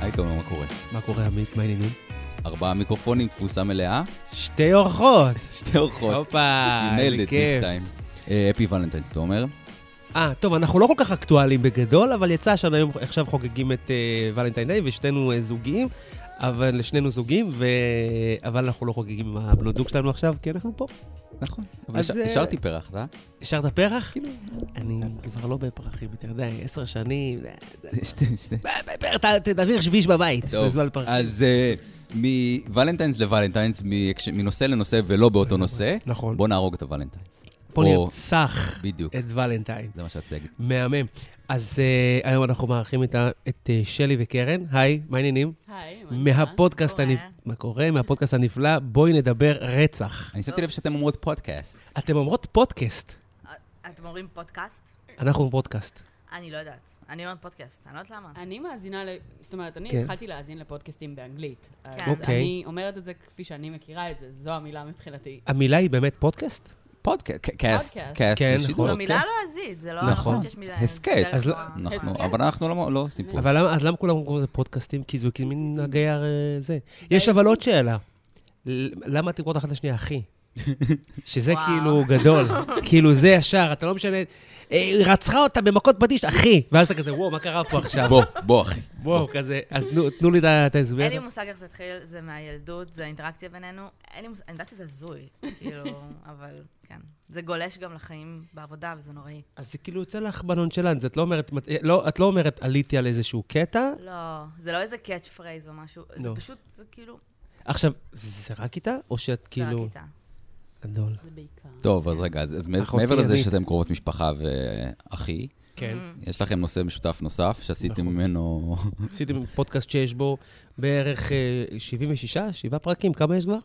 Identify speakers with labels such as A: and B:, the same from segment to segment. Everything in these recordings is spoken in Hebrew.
A: היי תומר, מה קורה?
B: מה קורה, עמית? מה העניינים?
A: ארבעה מיקרופונים, תפוסה מלאה,
B: שתי אורחות!
A: שתי אורחות.
B: הופה,
A: You nailed
B: אה, איזה
A: it this
B: כיף.
A: time. אפי ולנטיינס תומר.
B: אה, טוב, אנחנו לא כל כך אקטואליים בגדול, אבל יצא שאנחנו היום עכשיו חוגגים את uh, ולנטיין דיי, ושנינו uh, זוגיים, אבל שנינו זוגים, ו... אבל אנחנו לא חוגגים עם הבנות זוג שלנו עכשיו, כי אנחנו פה.
A: נכון. אבל
B: אז,
A: הש-
B: אה,
A: השארתי פרח, אה?
B: השארת פרח? כאילו, אני כבר לא בפרחים, אתה יודע, עשר שנים, זה- זה-
A: שתי, שתי.
B: ב- ב- ת- ת- תעביר שביש בבית,
A: טוב,
B: זה אה, זמן פרחים.
A: אז אה, מוולנטיינס לוולנטיינס, מהקש- מנושא לנושא ולא באותו נושא,
B: נכון.
A: בוא נהרוג את הוולנטיינס.
B: בוא
A: או-
B: נרצח
A: בדיוק,
B: את ולנטיין.
A: זה מה שרציתי להגיד.
B: מהמם. אז אה, היום אנחנו מארחים איתה את אה, שלי וקרן. היי, מה העניינים?
C: היי, מה נשמע?
B: מהפודקאסט
C: קורה?
B: הנפלא, מה קורה? מהפודקאסט הנפלא, בואי נדבר רצח.
A: אני שמתי לב שאתם אומרות פודקאסט.
B: אתם אומרות פודקאסט,
D: אה, אתם אומרים פודקאסט?
B: אנחנו פודקאסט.
D: אני לא יודעת. אני אומרת פודקאסט, אני לא יודעת למה.
C: אני מאזינה, ל... זאת אומרת, אני
B: כן.
C: התחלתי להאזין לפודקאסטים באנגלית. אז
D: כן.
B: אוקיי.
C: אני אומרת את זה כפי שאני מכירה את זה, זו המילה מבחינתי.
B: המילה היא באמת פודקאסט?
A: פודקאסט, קאסט,
C: פודקאסט.
A: קאסט,
B: כן,
A: יש
B: נכון.
D: זו
A: שידור.
D: מילה
B: אוקיי.
D: לועזית, זה לא...
B: נכון.
D: אני לא חושבת שיש מילה...
A: הסכת.
D: דרך
B: אז לא-
D: ה-
A: אנחנו-
D: הסכת.
A: אבל אנחנו לא לא עושים פה.
B: אבל למה- אז למה כולם קוראים לזה פודקאסטים? כי זה כאילו מין הגייר אה, זה. יש אבל עוד שאלה. ל- למה אתם קוראות אחת לשנייה אחי? שזה
D: וואו.
B: כאילו גדול, כאילו זה ישר, אתה לא משנה, "אה, היא רצחה אותה במכות פטיש, אחי! ואז אתה כזה, וואו, מה קרה פה עכשיו?
A: בוא, בוא אחי.
B: וואו, כזה, אז תנו- תנו לי את ה- את ההסבר.
D: אין לי מושג איך זה התחיל, זה מהילדות, זה האינטראקציה בינינו. אין לי מושג, אני יודעת שזה הזוי, כאילו, אבל כן. זה גולש גם לחיים בעבודה, וזה נוראי.
B: אז זה כאילו יוצא לך בנונשלנט, את לא אומרת, לא, את לא אומרת עליתי על איזשהו קטע.
D: לא, זה לא איזה קאץ' פרייז או משהו, זה
B: לא.
D: פשוט, זה כאילו...
B: עכשיו, זה רק איתה, או שאת
D: זה רק
B: כאילו...
D: איתה.
B: גדול.
C: זה בעיקר.
A: טוב, אז רגע, אז אז
B: אחותי
A: מעבר לזה
B: ימית.
A: שאתם קרובות משפחה ואחי,
B: כן.
A: יש לכם נושא משותף נוסף שעשיתם
B: נכון.
A: ממנו...
D: Mm.
B: עשיתם פודקאסט שיש בו בערך אה, 76, 7 פרקים, כמה יש כבר?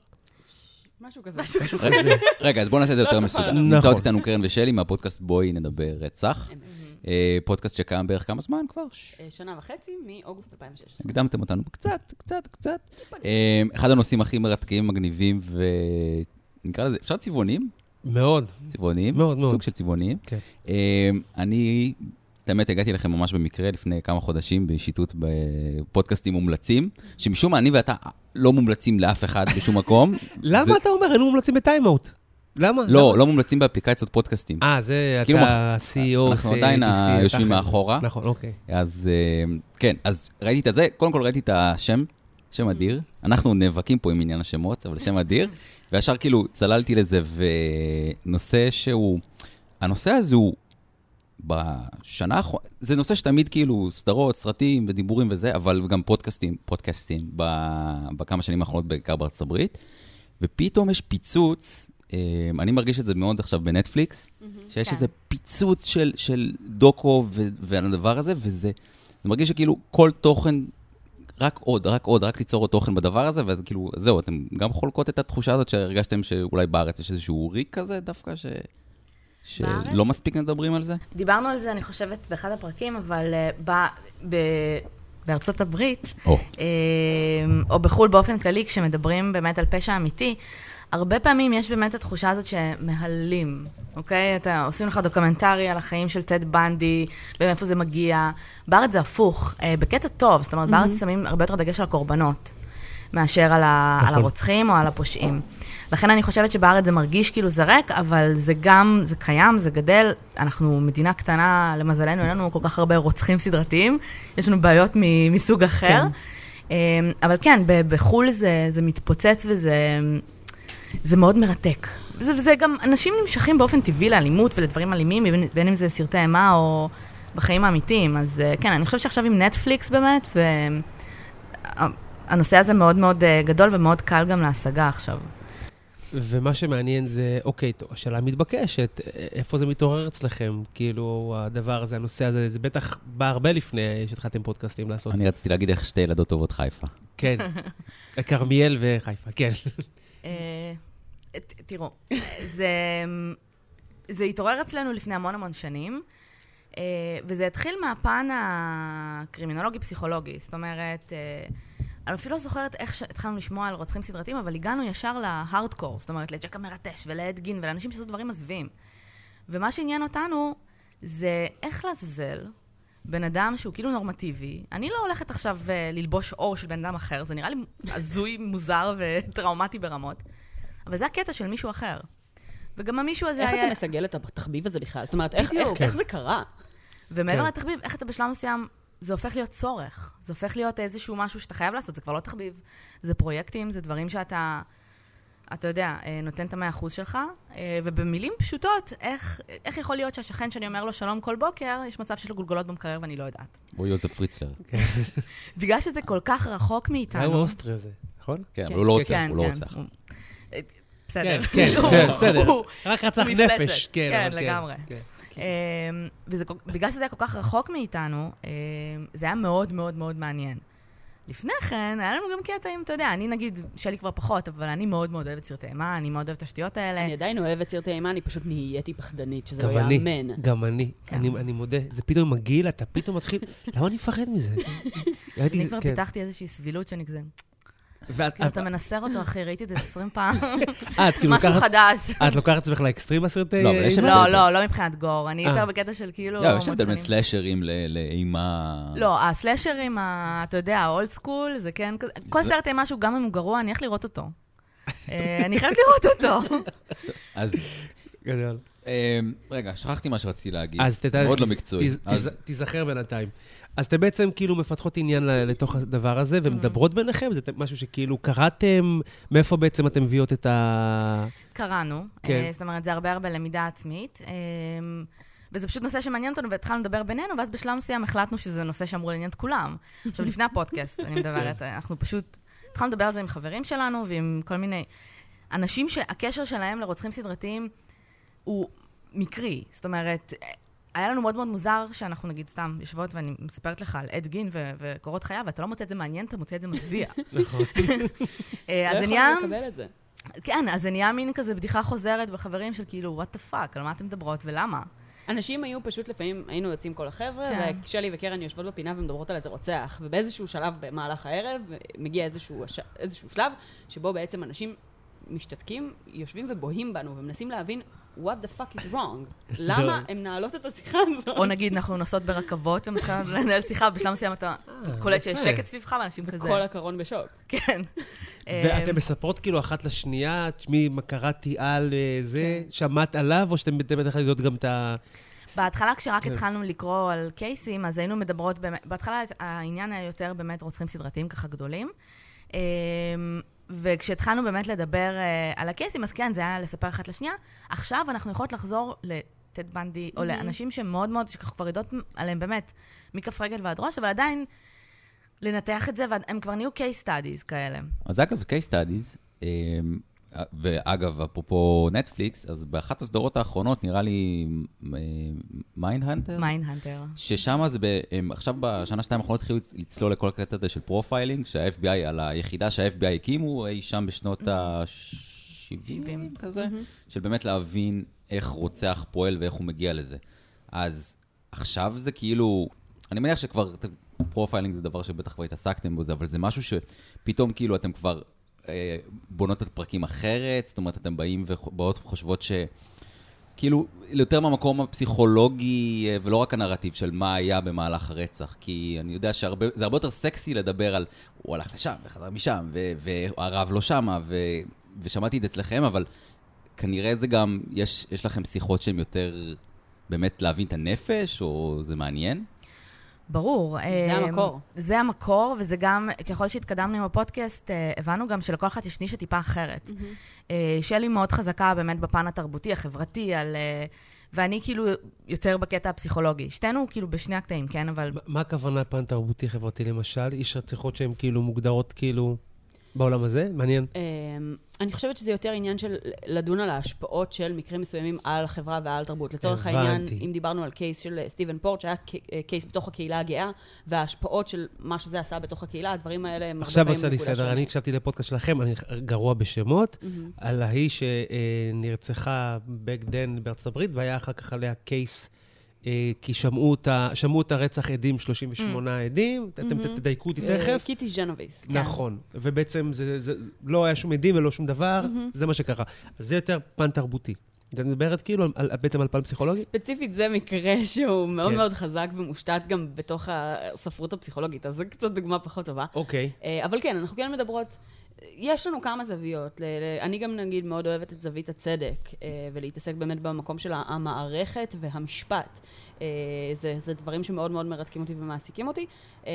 C: משהו כזה. משהו כזה.
A: רגע, רגע, אז בואו נעשה את זה יותר
C: זוכרת.
A: מסודר.
B: נכון.
A: נמצאות איתנו קרן ושלי מהפודקאסט בואי נדבר רצח. אה, פודקאסט שקיים בערך כמה זמן כבר?
E: אה,
A: ש-
C: שנה וחצי מאוגוסט 2016.
A: הקדמתם אותנו קצת, קצת, קצת. אה, אחד הנושאים הכי מרתקים, מגניבים ו... נקרא לזה, אפשר צבעונים?
B: מאוד.
A: צבעונים.
B: מאוד, מאוד.
A: סוג של צבעונים.
B: כן.
A: אה, אני, את האמת, הגעתי אליכם ממש במקרה לפני כמה חודשים בשיטוט בפודקאסטים מומלצים, שמשום מה אני ואתה לא מומלצים לאף אחד בשום מקום. זה-
B: למה אתה אומר, היינו מומלצים בטיימאוט? למה?
A: לא,
B: למה?
A: לא מומלצים באפליקציות פודקאסטים.
B: אה, זה
A: כאילו
B: אתה E CEO,
A: אנחנו
B: CABC,
A: עדיין
B: אתה אחלה.
A: יושבים מאחורה.
B: נכון, אוקיי.
A: אז אה, כן, אז ראיתי את זה, קודם כל ראיתי את השם, שם אדיר. אנחנו נאבקים פה עם עניין השמות, אבל שם אדיר. וישר כאילו צללתי לזה, ונושא שהוא... הנושא הזה הוא בשנה האחרונה, זה נושא שתמיד כאילו סדרות, סרטים ודיבורים וזה, אבל גם פודקאסטים, פודקאסטים ב... בכמה שנים האחרונות, בעיקר בארצות הברית. ופתאום יש פיצוץ, אה, אני מרגיש את זה מאוד עכשיו בנטפליקס, שיש
D: כן.
A: איזה פיצוץ של, של דוקו ו- ועל הדבר הזה, וזה זה מרגיש שכאילו כל תוכן, רק עוד, רק עוד, רק ליצור עוד תוכן בדבר הזה, ואז כאילו, זהו, אתם גם חולקות את התחושה הזאת שהרגשתם שאולי בארץ יש איזשהו ריק כזה דווקא, ש...
D: בארץ?
A: שלא מספיק מדברים על זה?
D: דיברנו על זה, אני חושבת, באחד הפרקים, אבל אה, ב- ב- בארצות הברית,
A: או.
D: אמ, או בחו"ל באופן כללי, כשמדברים באמת על פשע אמיתי, הרבה פעמים יש באמת התחושה הזאת שמהללים, אוקיי? אתה, עושים לך דוקומנטרי על החיים של טד בנדי, ומאיפה זה מגיע. בארץ זה הפוך, אה, בקטע טוב, זאת אומרת, בארץ שמים הרבה יותר דגש על הקורבנות. מאשר על, ה, על הרוצחים או על הפושעים. לכן אני חושבת שבארץ זה מרגיש כאילו זה ריק, אבל זה גם, זה קיים, זה גדל. אנחנו מדינה קטנה, למזלנו, אין לנו כל כך הרבה רוצחים סדרתיים, יש לנו בעיות מ, מסוג אחר. כן. אבל כן, ב- בחו"ל זה, זה מתפוצץ וזה זה מאוד מרתק. זה, זה גם, אנשים נמשכים באופן טבעי לאלימות ולדברים אלימים, בין, בין אם זה סרטי אימה או בחיים האמיתיים. אז אה, כן, אני חושבת שעכשיו עם נטפליקס באמת, ו... הנושא הזה מאוד מאוד אה, גדול ומאוד קל גם להשגה עכשיו.
B: ומה שמעניין זה, אוקיי, טוב, השאלה מתבקשת, א- איפה זה מתעורר אצלכם? כאילו, הדבר הזה, הנושא הזה, זה בטח בא הרבה לפני שהתחלתם פודקאסטים לעשות.
A: אני רציתי להגיד איך שתי ילדות טובות חיפה.
B: כן, כרמיאל וחיפה, כן.
D: אה, ת- תראו, זה, אמ, זה התעורר אצלנו לפני המון המון שנים, אה, וזה התחיל מהפן הקרימינולוגי-פסיכולוגי. זאת אומרת, אה, אני אפילו לא זוכרת איך שהתחלנו לשמוע על רוצחים סדרתיים, אבל הגענו ישר להארדקור, זאת אומרת, לג'ק המרטש ולעד גין ולאנשים שעשו דברים מזוויעים. ומה שעניין אותנו זה איך לעזאזל בן אדם שהוא כאילו נורמטיבי, אני לא הולכת עכשיו אה, ללבוש עור של בן אדם אחר, זה נראה לי הזוי, מוזר וטראומטי ברמות, אבל זה הקטע של מישהו אחר. וגם המישהו הזה
E: איך
D: היה...
E: אתה מסגל את התחביב הזה בכלל? זאת אומרת, איך- איך-
D: בדיוק.
E: איך זה קרה?
D: ומעבר
B: כן.
D: לתחביב, איך אתה בשלב מסוים, זה הופך להיות צורך. זה הופך להיות איזשהו משהו שאתה חייב לעשות, זה כבר לא תחביב. זה פרויקטים, זה דברים שאתה, אתה יודע, אה, נותן את המאה אחוז שלך, אה, ובמילים פשוטות, איך, איך יכול להיות שהשכן שאני אומר לו שלום כל בוקר, יש מצב שיש לו גולגולות במקרר ואני לא יודעת.
A: הוא יוזף פריצלר.
B: כן.
D: בגלל שזה כל כך רחוק
B: זה היה
D: מאיתנו.
B: אוסטרי הזה, נכון?
A: כן, אבל
E: כן.
A: לא הוא לא רוצח,
D: כן,
A: הוא לא
D: כן.
A: רוצח.
D: הוא- אה,
B: כן,
D: בסדר.
B: כן,
D: הוא-
B: כן, בסדר.
D: הוא-
B: רק רצח
D: מפלצת.
B: נפש, כן.
D: כן,
B: אבל
D: לגמרי.
B: כן.
D: אמ, וזה, כל- בגלל שזה היה כל כך רחוק מאיתנו, אמ, זה היה מאוד מאוד מאוד מעניין. לפני כן, היה לנו גם קטעים, אתה יודע, אני נגיד, שלי כבר פחות, אבל אני מאוד מאוד אוהבת סרטי אימה, אני מאוד אוהבת את השטויות
C: כן.
D: האלה.
E: אני עדיין אוהבת סרטי אימה, אני פשוט נהייתי פחדנית, שזה לא
B: גם אני,
E: יאמן.
B: גם אני,
D: כן.
B: אני אני מודה, זה פתאום מגעיל, אתה פתאום מתחיל, למה אני מפחד מזה?
D: אז
B: ראיתי
D: אני
B: זה-
D: כבר
B: כן.
D: פיתחתי איזושהי סבילות שאני כזה,
B: ואת-
D: כאילו, אתה מנסר אותו, אחי, ראיתי את זה 20 פעם,
B: אה, את כאילו
D: משהו
B: לוקחת-
D: חדש.
B: את לוקחת עצמך לאקסטרים הסרטי?
A: לא, אבל יש
B: אימה?
A: הבדל.
D: לא, לא, לא מבחינת גור, אני
B: אה.
D: יותר בקטע של כאילו...
A: לא, יש הבדל בין
D: מוצרים.
A: סלאשרים ל- לאימה...
D: לא, הסלאשרים, ה- אתה יודע, האולד סקול, זה כן כזה, כל
A: זה-
D: סרט אימה שהוא גם אם הוא גרוע, אני הולך לראות אותו. אה, אני חייבת לראות אותו.
A: אז
B: גדול.
A: אמ, רגע, שכחתי מה שרציתי להגיד.
B: אז תדע...
A: מאוד לא
B: תז-
A: מקצועי.
B: תז-
A: אז-
B: תז- תיזכר בינתיים. אז אתם בעצם כאילו מפתחות עניין ל- לתוך הדבר הזה, ומדברות ביניכם? זה משהו שכאילו קראתם? מאיפה בעצם אתם מביאות את ה...
D: קראנו,
B: כן.
D: אה, זאת אומרת, זה הרבה הרבה למידה עצמית. אה, וזה פשוט נושא שמעניין אותנו, והתחלנו לדבר בינינו, ואז בשלב מסוים החלטנו שזה נושא שאמור לעניין את כולם. עכשיו, לפני הפודקאסט, אני
B: כן.
D: מדברת, אנחנו פשוט התחלנו לדבר על זה עם חברים שלנו ועם כל מיני אנשים שהקשר שלהם לרוצחים סדרתיים הוא מקרי. זאת אומרת, אה, היה לנו מאוד מאוד מוזר שאנחנו נגיד סתם יושבות ואני מספרת לך על עד גין ו- וקורות חייו, ואתה לא מוצא את זה מעניין, אתה מוצא את זה מזוויע.
B: נכון.
D: אה, אז
E: לא
D: זה
E: יכולנו
D: נהיה...
E: לקבל את זה.
D: כן, אז זה נהיה מין כזה בדיחה חוזרת בחברים של כאילו, וואט דה פאק, על מה אתן מדברות ולמה?
E: אנשים היו פשוט לפעמים, היינו יוצאים כל החבר'ה,
D: כן.
E: ושלי וקרן יושבות בפינה ומדברות על איזה רוצח. ובאיזשהו שלב במהלך הערב, מגיע איזשהו, הש- איזשהו שלב, שבו בעצם אנשים משתתקים, יושבים ובוהים בנו, ומנסים להבין, what the fuck is wrong? למה הן מנהלות את השיחה הזאת?
D: או נגיד, אנחנו נוסעות ברכבות ומתחילות לנהל שיחה, בשלב מסוים אתה קולט שיש
B: יפה.
D: שקט סביבך ואנשים כזה.
E: כל הקרון בשוק.
D: כן.
B: ואתן
D: אמ,
B: מספרות כאילו אחת לשנייה, תשמעי, מה קראתי על אה, זה,
E: כן.
B: שמעת עליו, או שאתם בטח יודעות גם את ה...
D: בהתחלה, כשרק
B: כן.
D: התחלנו לקרוא על קייסים, אז היינו מדברות, באמת- בהתחלה העניין היה יותר באמת רוצחים סדרתיים ככה גדולים. אמ, וכשהתחלנו באמת לדבר אה, על הקייסים, אז כן, זה היה לספר אחת לשנייה. עכשיו אנחנו יכולות לחזור לטד בנדי, או לאנשים שמאוד מאוד, שככה כבר יודעות עליהם באמת, מכף רגל ועד ראש, אבל עדיין לנתח את זה, והם כבר נהיו case studies כאלה.
A: אז אגב, case studies, אמ, ואגב, אפרופו נטפליקס, אז באחת הסדרות האחרונות, נראה לי אמ, מיינהנטר?
D: מיינהנטר.
A: ששם זה, ב, הם, עכשיו בשנה שתיים האחרונות התחילו לצ- לצלול לכל הקטע הזה של פרופיילינג, שה-FBI, על היחידה שה-FBI הקימו אי שם בשנות
D: שבעים.
A: ה-70 כזה, של באמת להבין איך רוצח פועל ואיך הוא מגיע לזה. אז עכשיו זה כאילו, אני מניח שכבר, אתם- פרופיילינג זה דבר שבטח כבר התעסקתם בו, זה, אבל זה משהו שפתאום כאילו אתם כבר אה, בונות את הפרקים אחרת, זאת אומרת, אתם באים ובאות וחושבות ש... כאילו, יותר מהמקום הפסיכולוגי, אה, ולא רק הנרטיב של מה היה במהלך הרצח. כי אני יודע שהרבה, זה הרבה יותר סקסי לדבר על, הוא הלך לשם, וחזר משם, ו- והרב לא שמה, ו, ושמעתי את זה אצלכם, אבל כנראה זה גם, יש, יש לכם שיחות שהן יותר באמת להבין את הנפש, או זה מעניין?
D: ברור.
E: זה
D: אמ,
E: המקור.
D: זה המקור, וזה גם, ככל שהתקדמנו עם הפודקאסט, אה, הבנו גם שלכל אחת יש נישה טיפה אחרת. אה, שלי מאוד חזקה באמת בפן התרבותי, החברתי, על... אה, ואני כאילו יותר בקטע הפסיכולוגי. שתינו כאילו בשני הקטעים, כן? אבל...
B: מה- מה הכוונה פן תרבותי חברתי למשל? יש רציחות שהן כאילו מוגדרות כאילו בעולם הזה? מעניין.
E: אמ, אני חושבת שזה יותר עניין של לדון על ההשפעות של מקרים מסוימים על החברה ועל תרבות. לצורך
B: הבנתי.
E: העניין, אם דיברנו על קייס של אה, סטיבן פורט, שהיה ק- אה, קייס בתוך הקהילה הגאה, וההשפעות של מה שזה עשה בתוך הקהילה, הדברים האלה הם הרבה
B: עכשיו
E: פעמים
B: עשה לי
E: נקודה
B: סדר,
E: שונה.
B: אני הקשבתי לפודקאסט שלכם, אני גרוע בשמות,
E: Mm-hmm.
B: על ההיא שנרצחה back then בארצות הברית, והיה אחר כך עליה קייס, אה, כי שמעו אותה- שמעו את הרצח עדים, 38 עדים, אתם ת- תדייקו אותי
E: אה, כן.
B: תכף.
E: קיטי ז'נוביס.
B: נכון, ובעצם זה, זה, לא היה שום עדים ולא שום דבר, זה מה שקרה. אז זה יותר פן תרבותי. את מדברת כאילו על- על- בעצם על פן פסיכולוגי?
E: ספציפית זה מקרה שהוא מאוד
B: כן.
E: מאוד חזק ומושתת גם בתוך הספרות הפסיכולוגית, אז זו קצת דוגמה פחות טובה.
B: אוקיי.
E: אה, אבל כן, אנחנו כן מדברות, יש לנו כמה זוויות. ל- ל- אני גם נגיד מאוד אוהבת את זווית הצדק, אה, ולהתעסק באמת במקום של המערכת והמשפט. אה, זה, זה דברים שמאוד מאוד מרתקים אותי ומעסיקים אותי. אה,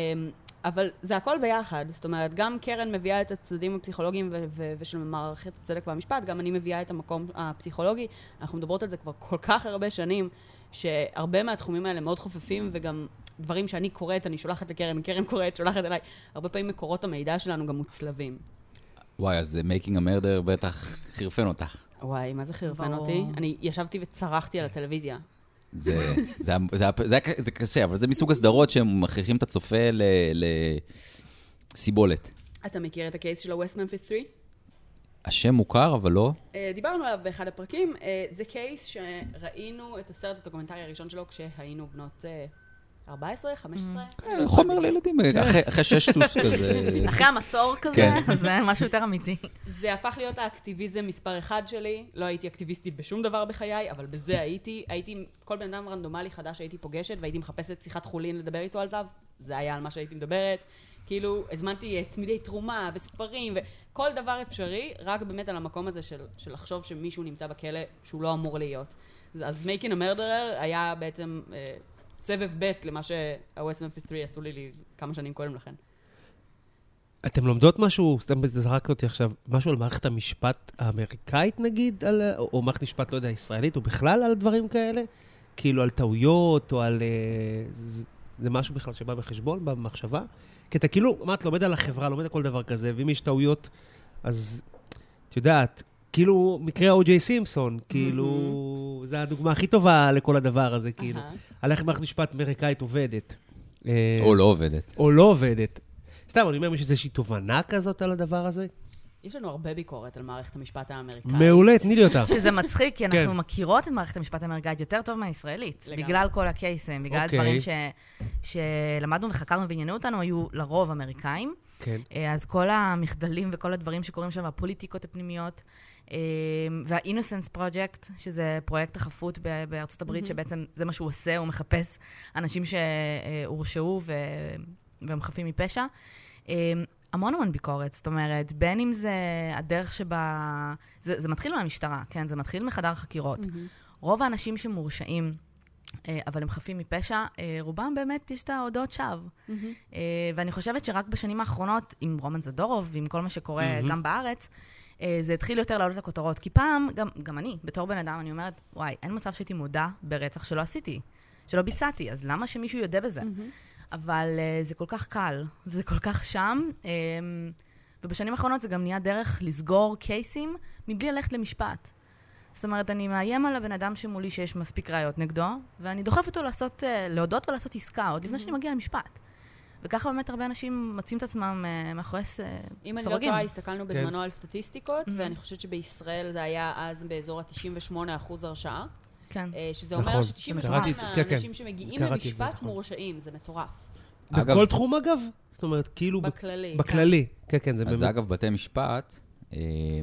E: אבל זה הכל ביחד, זאת אומרת, גם קרן מביאה את הצדדים הפסיכולוגיים ו- ו- ושל מערכת הצדק והמשפט, גם אני מביאה את המקום הפסיכולוגי. אנחנו מדברות על זה כבר כל כך הרבה שנים, שהרבה מהתחומים האלה מאוד חופפים, וגם דברים שאני קוראת, אני שולחת לקרן, קרן קוראת, שולחת אליי. הרבה פעמים מקורות המידע שלנו גם מוצלבים.
A: וואי, אז אה, Making a Murder בטח חירפן אותך.
E: וואי, מה זה חרפן
D: ברור.
E: אותי? אני ישבתי וצרחתי על הטלוויזיה.
A: זה, זה, היה- זה, היה- זה, היה- זה קשה, אבל זה מסוג הסדרות שהם מכריחים את הצופה לסיבולת.
E: אתה מכיר את הקייס של ה-West Memphis 3?
A: השם מוכר, אבל לא.
E: אה, דיברנו עליו באחד הפרקים. אה, זה קייס שראינו את הסרט הדוקומנטרי הראשון שלו כשהיינו בנות אה, 14, 15.
A: חומר לילדים, אה, אחרי- אחרי שש טוס כזה.
D: אחרי המסור כזה,
A: כן.
D: זה משהו יותר אמיתי.
E: זה הפך להיות האקטיביזם מספר אחד שלי. לא הייתי אקטיביסטית בשום דבר בחיי, אבל בזה הייתי. הייתי, כל בן אדם רנדומלי חדש הייתי פוגשת, והייתי מחפשת שיחת חולין לדבר איתו עליו. זה היה על מה שהייתי מדברת. כאילו, הזמנתי אה, צמידי תרומה וספרים וכל דבר אפשרי, רק באמת על המקום הזה של, של לחשוב שמישהו נמצא בכלא שהוא לא אמור להיות. אז מייקין המרדרר היה בעצם אה, סבב ב' למה שה-West Memphis 3 עשו לי, לי כמה שנים קודם לכן.
B: אתם לומדות משהו, סתם בזה זרקת אותי עכשיו, משהו על מערכת המשפט האמריקאית נגיד, על, או, או מערכת משפט, לא יודע, ישראלית, או בכלל על דברים כאלה? כאילו על טעויות, או על... אה, זה, זה משהו בכלל שבא בחשבון, בא במחשבה? כי אתה כאילו, מה, את לומד על החברה, לומד על כל דבר כזה, ואם יש טעויות, אז את יודעת, כאילו מקרה או.ג'יי סימפסון, כאילו, זו הדוגמה הכי טובה לכל הדבר הזה, כאילו.
E: אהה.
B: על איך מערכת משפט אמריקאית עובדת. אה,
A: או לא עובדת.
B: או לא עובדת. סתם, אני אומר, יש איזושהי תובנה כזאת על הדבר הזה?
D: כן.
E: יש לנו הרבה ביקורת על מערכת המשפט האמריקאית.
B: מעולה, תני לי אותה.
D: שזה מצחיק, כי אנחנו
B: כן.
D: מכירות את מערכת המשפט האמריקאית יותר טוב מהישראלית.
E: לגמרי.
D: בגלל כל הקייסים, בגלל
B: אוקיי.
D: הדברים ש- שלמדנו וחקרנו ועניינו אותנו, היו לרוב אמריקאים.
B: כן.
D: אה, אז כל המחדלים וכל הדברים שקורים שם, הפוליטיקות הפנימיות, אה, וה-Innocence Project, שזה פרויקט החפות ב- בארצות הברית, שבעצם זה מה שהוא עושה, הוא מחפש אנשים שהורשעו ו- והם חפים מפשע. אה, המון המון ביקורת, זאת אומרת, בין אם זה הדרך שבה... זה, זה מתחיל מהמשטרה, כן? זה מתחיל מחדר חקירות. רוב האנשים שמורשעים, אה, אבל הם חפים מפשע, אה, רובם באמת יש את ההודעות שווא. אה, ואני חושבת שרק בשנים האחרונות, עם רומן זדורוב ועם כל מה שקורה
B: מהמם.
D: גם בארץ, אה, זה התחיל יותר לעלות לכותרות. כי פעם, גם, גם אני, בתור בן אדם, אני אומרת, וואי, אין מצב שהייתי מודה ברצח שלא עשיתי, שלא ביצעתי, אז למה שמישהו יודה בזה? אבל אה, זה כל כך קל, וזה כל כך שם, אה, ובשנים האחרונות זה גם נהיה דרך לסגור קייסים מבלי ללכת למשפט. זאת אומרת, אני מאיים על הבן אדם שמולי שיש מספיק ראיות נגדו, ואני דוחף אותו לעשות, אה, להודות ולעשות עסקה, עוד לפני שאני מגיעה למשפט. וככה באמת הרבה אנשים מוצאים את עצמם אה, מאחורי ס-
E: אם אני לא
D: סורגים.
E: טועה, הסתכלנו
B: כן.
E: בזמנו על סטטיסטיקות,
A: Mm-hmm.
E: ואני חושבת שבישראל זה היה אז באזור ה-98% הרשעה,
A: Mm-hmm.
D: כן.
E: אה, שזה אומר
B: נכון.
E: ש-98%
D: קראתי את זה,
B: כן, כן.
E: מהאנשים שמגיעים
B: קראתי את זה,
E: למשפט
B: נכון.
E: מורשעים, זה מטורף,
A: אגב-
B: בכל תחום, אגב? זאת אומרת, כאילו, ב-
E: בכללי.
B: בכללי. כן, כן, זה
A: אז
B: באמת...
A: אגב, בתי משפט, אה,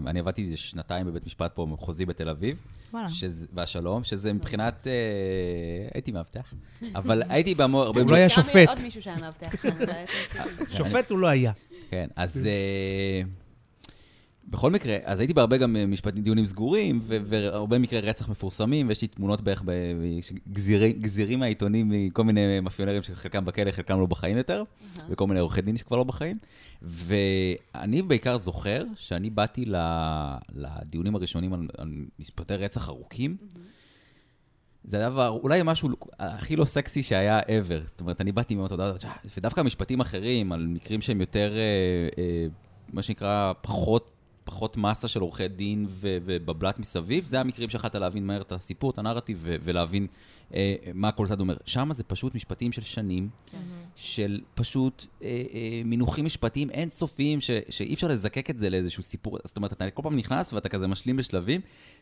A: אני עבדתי איזה שנתיים בבית משפט פה מחוזי בתל אביב,
D: וואלה.
A: שזה- והשלום, שזה מבחינת, אה, הייתי מאבטח, אבל הייתי בהמון, הרבה...
B: הוא לא היה
E: גם
B: שופט.
E: עוד מישהו שהיה מאבטח שם, זה היה סטטיסטי.
B: שופט הוא לא היה.
A: כן, אז אה, בכל מקרה, אז הייתי בהרבה גם אה, משפטים, דיונים סגורים, ו- והרבה מקרי רצח מפורסמים, ויש לי תמונות בערך, ב- ש- גזירי- גזירים מהעיתונים מכל מיני מאפיונרים שחלקם בכלא, חלקם לא בחיים יותר, וכל מיני עורכי דין שכבר לא בחיים. ואני בעיקר זוכר שאני באתי ל- לדיונים הראשונים על, על משפטי רצח ארוכים, זה הדבר, אולי משהו הכי לא סקסי שהיה ever. זאת אומרת, אני באתי מאוד הודעה, ודווקא משפטים אחרים, על מקרים שהם יותר, אה, אה, מה שנקרא, פחות, פחות מסה של עורכי דין ו- ובבלת מסביב, זה המקרים שיכולת להבין מהר את הסיפור, את הנרטיב, ו- ולהבין אה, מה כל צד אומר. שם זה פשוט משפטים של שנים, של פשוט אה, אה, מינוחים משפטיים אינסופיים, ש- שאי אפשר לזקק את זה לאיזשהו סיפור. זאת אומרת, אתה כל פעם נכנס ואתה כזה משלים בשלבים.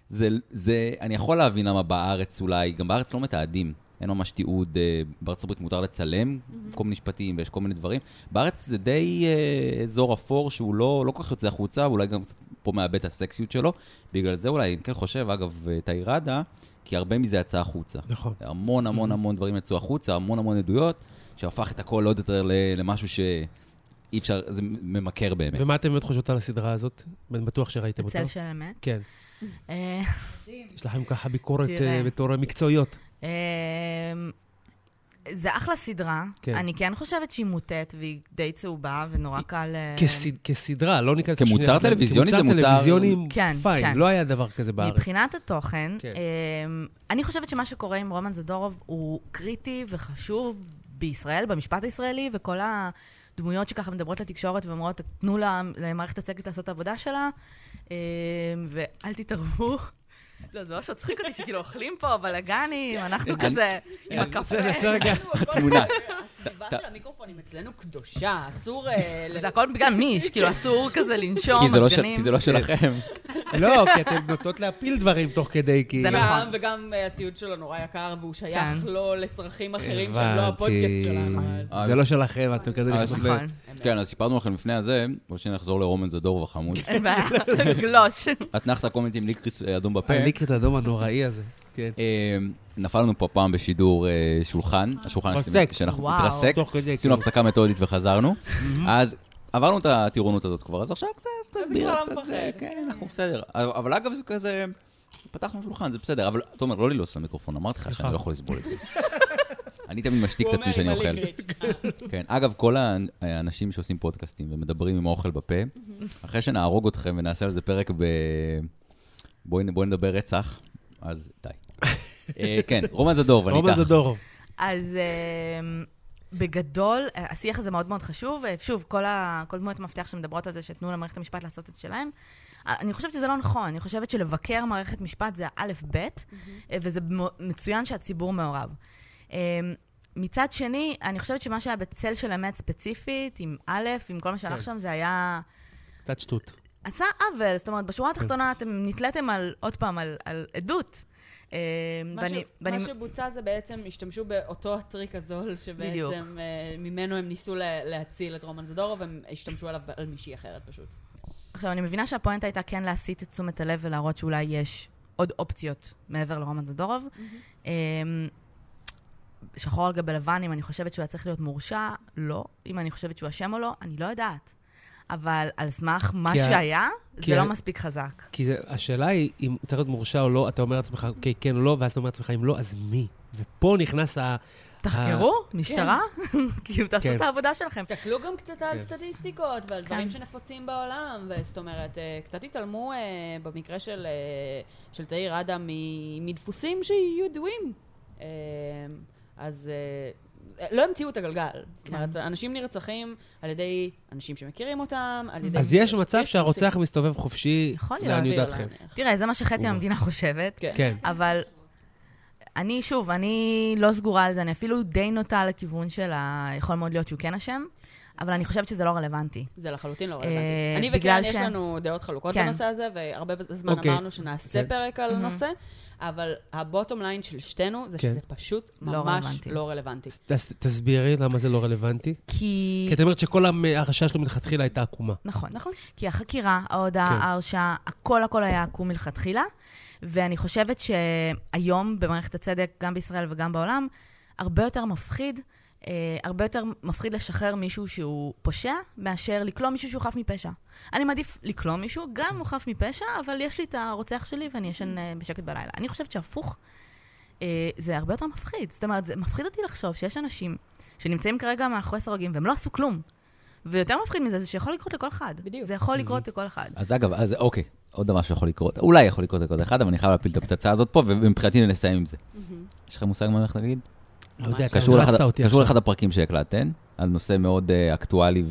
A: זה, זה, אני יכול להבין למה בארץ אולי, גם בארץ לא מתעדים. אין ממש תיעוד, אה, בארצות הברית מותר לצלם כל מיני משפטים ויש כל מיני דברים. בארץ זה די אה, אזור אפור שהוא לא, לא כל כך יוצא החוצה, אולי גם קצת פה מאבד את הסקסיות שלו. בגלל זה אולי, אני כן חושב, אגב, אה, תאירדה, כי הרבה מזה יצא החוצה.
B: נכון.
A: המון המון המון דברים יצאו החוצה, המון המון עדויות, שהפך את הכל עוד יותר ל- למשהו שאי אפשר, זה ממכר באמת.
B: ומה אתם באמת חושבות על הסדרה הזאת? אני בטוח שראיתם אותה.
D: בצל של אמת.
B: כן.
D: אה,
B: יש לכם ככה ביקורת
D: תראה.
B: אה, בתור מקצועיות.
D: אמ, זה אחלה סדרה.
B: כן.
D: אני כן חושבת שהיא מוטית והיא די צהובה ונורא קל... אה,
B: כסד- כסדרה, לא ניכנס...
A: כמוצר
B: לשנייה, אבל
A: טלוויזיוני זה מוצר-
B: כמוצר טלוויזיוני,
D: כן,
B: פיין,
D: כן.
B: לא היה דבר כזה בארץ.
D: מבחינת התוכן,
B: כן.
D: אמ, אני חושבת שמה שקורה עם רומן זדורוב הוא קריטי וחשוב בישראל, במשפט הישראלי, וכל הדמויות שככה מדברות לתקשורת ואומרות, תנו לה- למערכת הצדק לעשות את העבודה שלה, אמ, ואל תתערבו. לא, זה ממש מצחיק אותי שכאילו אוכלים פה בלאגנים, אנחנו
A: כן.
D: כזה
A: אני-
D: עם הקפה.
B: בסדר, בסדר, כן. רגע.
A: תמונה.
E: הסביבה של המיקרופונים אצלנו קדושה, אסור... אה, ל-
D: זה הכל בגלל מיש, כאילו אסור כזה לנשום,
A: כי זה לא של-
D: מזגנים.
A: כי
B: כן.
A: זה לא שלכם.
B: לא, כי אתן נוטות להפיל דברים תוך כדי, כאילו. כי...
D: זה נכון.
E: גם, וגם אה, הציוד שלו נורא יקר, והוא שייך
D: כן.
E: לו לצרכים אחרים שהם
B: הבנתי.
E: לא הפודקאסט שלנו. אז-
A: אז-
B: זה לא שלכם, אתם כזה
A: אז-
B: נשמעים.
D: נכון.
A: כן, אז סיפרנו לכם לפני הזה, בואו שנחזור לרומן זדורוב החמוד.
D: אין בעיה, גלוש.
A: אתנחת קומית עם ליקריס אה, אדום בפה.
B: הליקריט האדום הנוראי הזה. כן.
A: אה, נפלנו פה פעם בשידור אה, שולחן, השולחן
B: מתרסק.
A: שאנחנו
D: וואו.
A: מתרסק,
B: תוך כדי,
A: אה, עשינו
B: כאילו.
A: הפסקה מתודית וחזרנו, אז עברנו את הטירונות הזאת כבר, אז עכשיו קצת, קצת בירה,
E: כבר לא
A: קצת זה,
E: מפחד.
A: כן, אנחנו בסדר. אבל אבל אגב, זה כזה, פתחנו שולחן, זה בסדר, אבל תומר, לא ללעוס למיקרופון, אמרתי לך שאני לא יכול לסבול את זה. אני תמיד משתיק
E: הוא
A: את
E: אומר
A: עצמי שאני
E: עם
A: אוכל.
E: הליקריץ'.
A: כן. אגב, כל האנ- האנשים שעושים פודקאסטים ומדברים עם האוכל בפה, אחרי שנהרוג אתכם ונעשה על זה פרק ב... בואי נ- בואי נדבר רצח, אז די. אה, כן, רומן זדורוב, אני איתך.
B: רומן זדורוב.
D: אז אמ, בגדול, אה, השיח הזה מאוד מאוד חשוב. אה, שוב, כל ה- כל דמויות מפתח שמדברות על זה, שתנו למערכת המשפט לעשות את שלהם. אה, אני חושבת שזה לא נכון, אני חושבת שלבקר מערכת משפט זה האלף-בית, אה, וזה מו- מצוין שהציבור מעורב. אמ, מצד שני, אני חושבת שמה שהיה בצל של אמת ספציפית, עם א', עם כל מה שהלך
B: כן.
D: שם, זה היה...
B: קצת שטות.
D: עשה עוול, זאת אומרת, בשורה התחתונה
B: כן.
D: אתם נתליתם על, עוד פעם, על, על עדות. אמ,
E: מה
D: ואני-
E: ש-
D: ואני-
E: מה שבוצע זה בעצם, השתמשו באותו הטריק הזול,
D: בדיוק.
E: שבעצם אה, ממנו הם ניסו לה- להציל את רומן זדורוב, הם השתמשו עליו על מישהי אחרת פשוט.
D: עכשיו, אני מבינה שהפואנטה הייתה כן להסיט את תשומת הלב ולהראות שאולי יש עוד אופציות מעבר לרומן זדורוב. אמ, שחור על גבי לבן, אם אני חושבת שהוא היה צריך להיות מורשע, לא. אם אני חושבת שהוא אשם או לא, אני לא יודעת. אבל על סמך מה
B: כי ה-
D: שהיה,
B: כי
D: זה
B: ה-
D: לא מספיק חזק.
B: כי זה- השאלה היא אם הוא צריך להיות מורשע או לא, אתה אומר לעצמך, אוקיי, כן או לא, ואז אתה אומר לעצמך, אם לא, אז מי? ופה נכנס ה...
D: תחקרו, משטרה, כאילו תעשו
B: כן.
D: את העבודה שלכם.
E: תסתכלו גם קצת על
B: כן.
E: סטטיסטיקות ועל דברים
D: כן.
E: שנפוצים בעולם, וזאת אומרת, אה, קצת התעלמו אה, במקרה של, אה, של תאיר עדה מ- מדפוסים שיהיו ידועים. אה, אז אה, לא המציאו את הגלגל. זאת
D: כן.
E: אומרת, אנשים נרצחים על ידי אנשים שמכירים אותם, על ידי...
B: אז יש מצב
E: דפוסים.
B: שהרוצח מסתובב חופשי,
D: יכול
B: זה
D: להיות.
B: אני
E: סביר
B: יודעת לכם.
E: להניח.
D: תראה, זה מה שחצי מהמדינה חושבת,
E: כן.
B: כן.
D: אבל אני, שוב, אני לא סגורה על זה, אני אפילו די נוטה לכיוון של ה... יכול מאוד להיות שהוא כן אשם, אבל אני חושבת שזה לא רלוונטי.
E: זה לחלוטין לא רלוונטי.
D: אה,
E: אני
D: בגלל
E: וקרן, יש
D: ש-
E: לנו דעות חלוקות
D: כן.
E: בנושא הזה, והרבה זמן
B: אוקיי.
E: אמרנו שנעשה
B: כן.
E: פרק על נושא, אבל הבוטום ליין של שתינו זה
B: כן.
E: שזה פשוט
D: לא
E: ממש
D: רלוונטי.
E: לא רלוונטי.
B: אז ת- תסבירי למה זה לא רלוונטי.
D: כי...
B: כי את אומרת שכל המ- ההרשעה שלו מלכתחילה הייתה עקומה.
D: נכון.
E: נכון.
D: כי החקירה, ההודעה,
B: כן.
D: ההרשעה, הכל הכל היה עקום מלכתחילה, ואני חושבת שהיום במערכת הצדק, גם בישראל וגם בעולם, הרבה יותר מפחיד, אה, הרבה יותר מפחיד לשחרר מישהו שהוא פושע, מאשר לכלוא מישהו שהוא חף מפשע. אני מעדיף לכלוא מישהו, גם אם הוא חף מפשע, אבל יש לי את הרוצח שלי ואני ישן אה, בשקט בלילה. אני חושבת שהפוך, אה, זה הרבה יותר מפחיד. זאת אומרת, זה מפחיד אותי לחשוב שיש אנשים שנמצאים כרגע מאחורי סורגים והם לא עשו כלום. ויותר מפחיד מזה, זה שיכול לקרות לכל אחד.
E: בדיוק.
D: זה יכול לקרות לכל אחד.
A: אז אגב, אז אוקיי, עוד דבר שיכול לקרות, אולי יכול לקרות לכל אחד, אבל אני חייב להפיל את הפצצה הזאת פה, ומבחינתי נסיים עם זה. יש לך מושג מה אני הולך להגיד?
B: לא יודע,
A: קשור לאחד-
B: הרצת אותי
A: קשור
B: עכשיו.
A: לאחד הפרקים שהקלטתם, על נושא מאוד אה, אקטואלי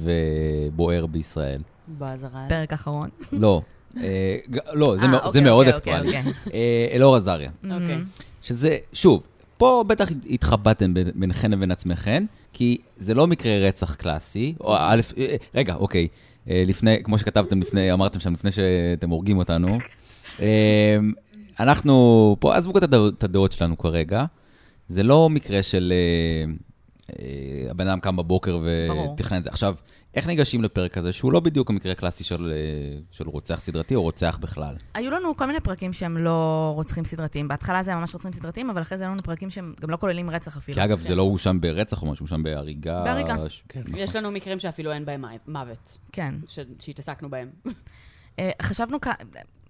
A: ובוער בישראל.
E: באזהרה.
D: פרק אחרון.
A: לא, אה, ג- לא, זה
D: אה,
A: מאוד- זה
D: אוקיי,
A: מאוד
D: אוקיי,
A: אקטואלי.
D: אוקיי,
A: אה, אלאור עזריה.
E: אוקיי.
A: שזה, שוב, פה בטח התחבטתם בין- ביניכן לבין עצמכן, כי זה לא מקרה רצח קלאסי, או א', אה, רגע, אוקיי, אה, לפני, כמו שכתבתם לפני, אמרתם שם לפני שאתם הורגים אותנו, אה, אנחנו פה, עזבו את הדעות- את הדעות שלנו כרגע, זה לא מקרה של אה, אה, הבן אדם קם בבוקר
D: ברור.
A: ותכנן את זה. עכשיו, איך ניגשים לפרק הזה, שהוא לא בדיוק המקרה הקלאסי של, אה, של רוצח סדרתי או רוצח בכלל?
D: היו לנו כל מיני פרקים שהם לא רוצחים סדרתיים. בהתחלה זה היה ממש רוצחים סדרתיים, אבל אחרי זה היו לנו פרקים שהם גם לא כוללים רצח אפילו.
A: כי אגב, זה לא הואשם ברצח או משהו, הואשם בהריגה.
D: בהריגה.
A: ש-
B: כן.
A: נכון.
E: יש לנו מקרים שאפילו אין בהם מי- מוות,
D: כן.
E: ש- שהתעסקנו בהם.
D: אה, חשבנו, כ-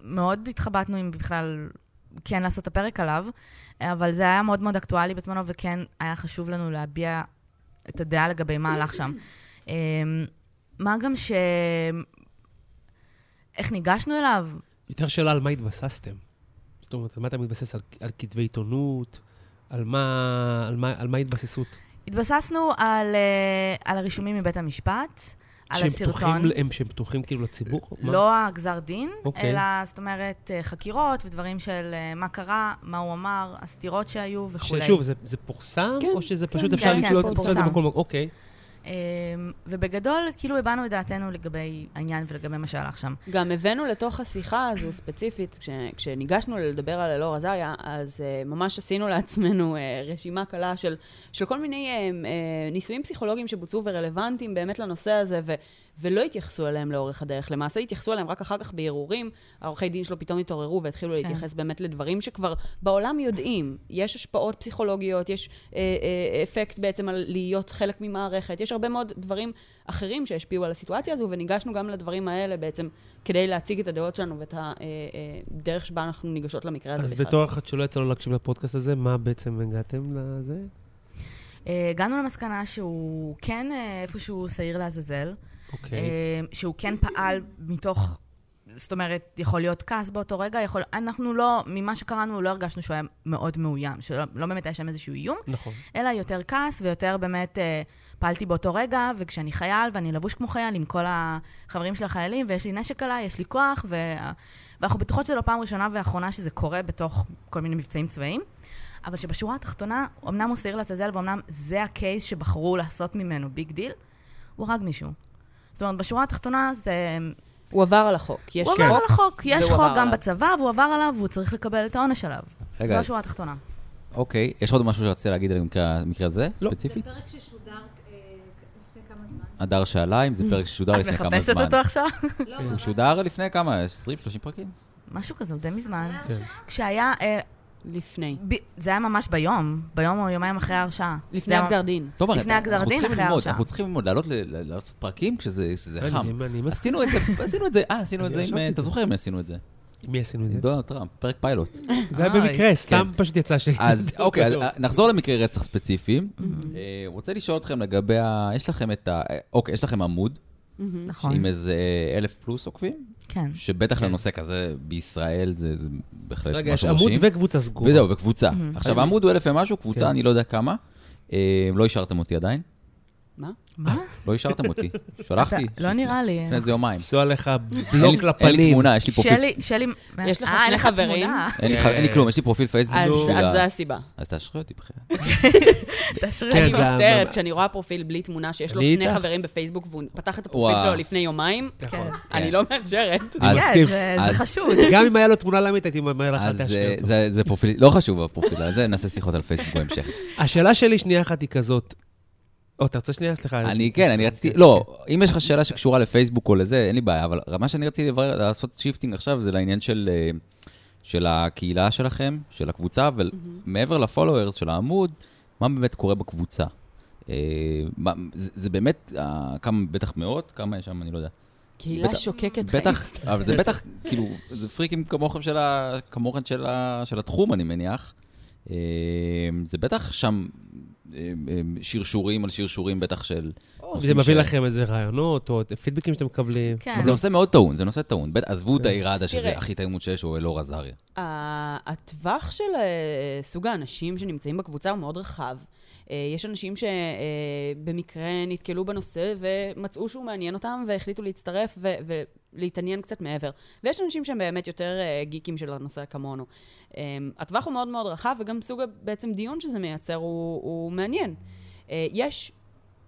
D: מאוד התחבטנו אם בכלל כן לעשות את הפרק עליו, אה, אבל זה היה מאוד מאוד אקטואלי בזמנו, וכן היה חשוב לנו להביע את הדעה לגבי מה הלך שם. אה, מה גם ש... איך ניגשנו אליו?
B: יותר שאלה על מה התבססתם. זאת אומרת, על מה אתה מתבסס? על, על כתבי עיתונות? על מה, על מה, על מה התבססות?
D: התבססנו על, אה, על הרישומים מבית המשפט, על
B: שהם
D: הסרטון.
B: פתוחים, ל- הם שהם פתוחים כאילו לציבור? מה?
D: לא הגזר דין,
B: אוקיי.
D: אלא זאת אומרת אה, חקירות ודברים של אה, מה קרה, מה הוא אמר, הסתירות שהיו וכולי.
B: ששוב, זה, זה פורסם,
E: כן,
B: או שזה
E: כן,
B: פשוט
E: כן,
B: אפשר
D: כן,
B: לקלוט
D: זה
B: למצוא את זה
D: פורסם.
B: בכל מקום? אוקיי.
D: אמ, ובגדול, כאילו הבענו את דעתנו לגבי העניין ולגבי מה שהלך שם.
E: גם הבאנו לתוך השיחה הזו ספציפית, כש, כשניגשנו לדבר על אלאור עזריה, אז uh, ממש עשינו לעצמנו uh, רשימה קלה של, של כל מיני uh, uh, ניסויים פסיכולוגיים שבוצעו ורלוונטיים באמת לנושא הזה, ו, ולא התייחסו אליהם לאורך הדרך. למעשה התייחסו אליהם רק אחר כך בערעורים. העורכי דין שלו פתאום התעוררו והתחילו
D: כן.
E: כן. להתייחס באמת לדברים שכבר בעולם יודעים. יש השפעות פסיכולוגיות, יש uh, uh, אפקט בעצם על להיות חלק ממערכת, יש הרבה מאוד דברים אחרים שהשפיעו על הסיטואציה הזו, וניגשנו גם לדברים האלה בעצם כדי להציג את הדעות שלנו ואת הדרך שבה אנחנו ניגשות למקרה הזה
B: אז
D: לא,
E: בכלל.
B: בתור אחת שלא יצא לו להקשיב לפודקאסט הזה, מה בעצם הגעתם לזה?
D: אה, הגענו למסקנה שהוא כן אה, איפשהו שעיר לעזאזל,
B: אוקיי.
D: אה, שהוא כן פעל מתוך... זאת אומרת, יכול להיות כעס באותו רגע, יכול... אנחנו לא, ממה שקראנו, לא הרגשנו שהוא היה מאוד מאוים, שלא לא באמת היה שם איזשהו איום,
B: נכון.
D: אלא יותר כעס ויותר באמת אה, פעלתי באותו רגע, וכשאני חייל ואני לבוש כמו חייל עם כל החברים של החיילים, ויש לי נשק עליי, יש לי כוח, ו... ואנחנו בטוחות שזו לא פעם ראשונה ואחרונה שזה קורה בתוך כל מיני מבצעים צבאיים. אבל שבשורה התחתונה, אמנם הוא שעיר לעזאזל, ואומנם זה הקייס שבחרו לעשות ממנו ביג דיל, הוא הרג מישהו. זאת אומרת, בשורה התחתונה זה...
E: הוא עבר על החוק. יש
D: הוא
E: חוק.
D: עבר על החוק, יש
E: והוא
D: חוק
E: עבר
D: גם
E: עליו.
D: בצבא, והוא עבר עליו, והוא צריך לקבל את העונש עליו.
A: רגע,
D: זו השורה התחתונה.
A: אוקיי, יש עוד משהו שרצית להגיד על המקרה המקרה הזה,
B: לא.
A: ספציפית?
F: זה פרק ששודר אה, לפני כמה זמן.
A: הדר שאלה אם זה פרק ששודר
E: לא,
D: את
A: לפני כמה
D: מחפשת
A: זמן.
D: אותו עכשיו?
F: לא,
A: הוא
F: ממש.
A: שודר לפני כמה? 20-30 פרקים?
D: משהו כזה, הוא די מזמן.
B: כן.
D: כשהיה, אה,
E: לפני.
D: ב... זה היה ממש ביום, ביום או יומיים אחרי ההרשעה.
E: לפני
D: זה היה-
E: הגזר דין.
A: טוב,
D: לפני
A: אנחנו
D: הגזר דין,
A: צריכים
D: אחרי
A: ללמוד,
D: ההרשעה.
A: אנחנו צריכים ללמוד, לעלות, ל- ל- לעשות פרקים כשזה כשזה
B: אני-
A: חם.
B: אני מסכים.
A: עשינו את זה, עשינו את זה, אה, עשינו את
B: אני
A: זה עם,
B: ישבתי
A: אה, אתה
B: איתו. כן.
A: זוכר אם עשינו את זה?
B: עם מי עשינו את זה?
A: עם דונלד טראמפ, פרק פיילוט.
B: זה היה
D: אוי.
B: במקרה, סתם פשוט יצא ש...
A: כן.
B: לא.
A: אז אוקיי, אז,
B: טוב.
A: אה, נחזור למקרי רצח ספציפיים.
D: Mm-hmm.
A: אה, רוצה לשאול אתכם לגבי, ה- יש לכם את ה... אה, אוקיי, יש לכם עמוד
D: נכון.
A: עם איזה אה, אלף פלוס עוקבים,
D: כן.
A: שבטח לנושא כזה בישראל זה זה בהחלט
B: רגע, יש
A: משהו
B: עמוד
A: מרשים.
B: וקבוצה סגורה.
A: וזהו, וקבוצה. עכשיו,
B: חייבים.
A: העמוד הוא אלף ומשהו, קבוצה,
B: כן.
A: אני לא יודע כמה. אה, לא השארתם אותי עדיין.
E: מה?
D: מה?
A: לא השארתם אותי. שלחתי.
D: אתה- לא נראה לי.
A: לפני איזה יומיים.
B: עשו עליך
A: אין
B: בלוק
A: לי- אין לי
B: לפנים.
A: תמונה, יש לי פרופיל.
D: שלי, שלי...
E: יש לך
D: אה,
E: שני
D: אין לך
E: חברים?
D: תמונה.
A: אין לי ח- אין לי כלום, יש לי פרופיל פייסבוק.
E: אז
B: לא-
A: בשביל
E: אז
A: ה-
E: זו הסיבה.
A: אז תאשרי אותי בחייך.
D: תשריר.
B: כן,
E: אני
B: זה ה-
E: מצטערת כשאני רואה פרופיל בלי תמונה שיש לו
B: אני
E: שני
B: איתך.
E: חברים בפייסבוק והוא פתח את הפרופיל
A: וואו.
E: שלו לפני יומיים,
B: נכון.
E: אני לא מאשרת.
B: אה,
A: אז- כאילו-
D: כן, זה-
A: אז-
D: זה חשוד.
B: גם אם היה לו תמונה למית, הייתי אומר לך,
A: אז
B: תאשר
A: אה,
B: אותו.
A: זה זה פרופיל, לא חשוב הפרופיל הזה, נעשה שיחות על פייסבוק בהמשך.
B: השאלה שלי שנייה אחת היא כזאת, או, אתה רוצה שנייה? סליחה. אוקיי.
A: אני כן, אני רציתי, לא, אם יש לך שאלה שקשורה לפייסבוק או לזה, אין לי בעיה, אבל מה שאני רציתי לברר- לעשות שיפטינג עכשיו זה לעניין של... אה, של הקהילה שלכם, של הקבוצה, ומעבר לפולוורס של העמוד, מה באמת קורה בקבוצה. אה, מה- זה זה באמת, אה, כמה, בטח מאות, כמה יש שם, אני לא יודע.
E: קהילה
A: בטח-
E: שוקקת חיים.
A: בטח, אבל זה בטח, כאילו, זה פריקים כמוכם של, ה, כמוכם של, ה, של התחום, אני מניח. אה, זה בטח שם אה, אה, שרשורים על שרשורים, בטח של...
B: אוקיי. זה
A: נושאים
B: מביא
A: ש-
B: לכם איזה רעיונות, או פידבקים שאתם מקבלים.
D: כן.
A: זה נושא מאוד טעון, זה נושא טעון. בטח, עזבו את
B: כן.
A: האיראדה, שזה
E: תראה.
A: הכי טעימות שיש, או אלאור עזריה.
E: ה- הטווח של אה, סוג האנשים שנמצאים בקבוצה הוא מאוד רחב. אה, יש אנשים שבמקרה נתקלו בנושא ומצאו שהוא מעניין אותם והחליטו להצטרף ו- ולהתעניין קצת מעבר. ויש אנשים שהם באמת יותר אה, גיקים של הנושא כמונו. אה, הטווח הוא מאוד מאוד רחב וגם סוג ה- בעצם דיון שזה מייצר הוא, הוא מעניין. אה, יש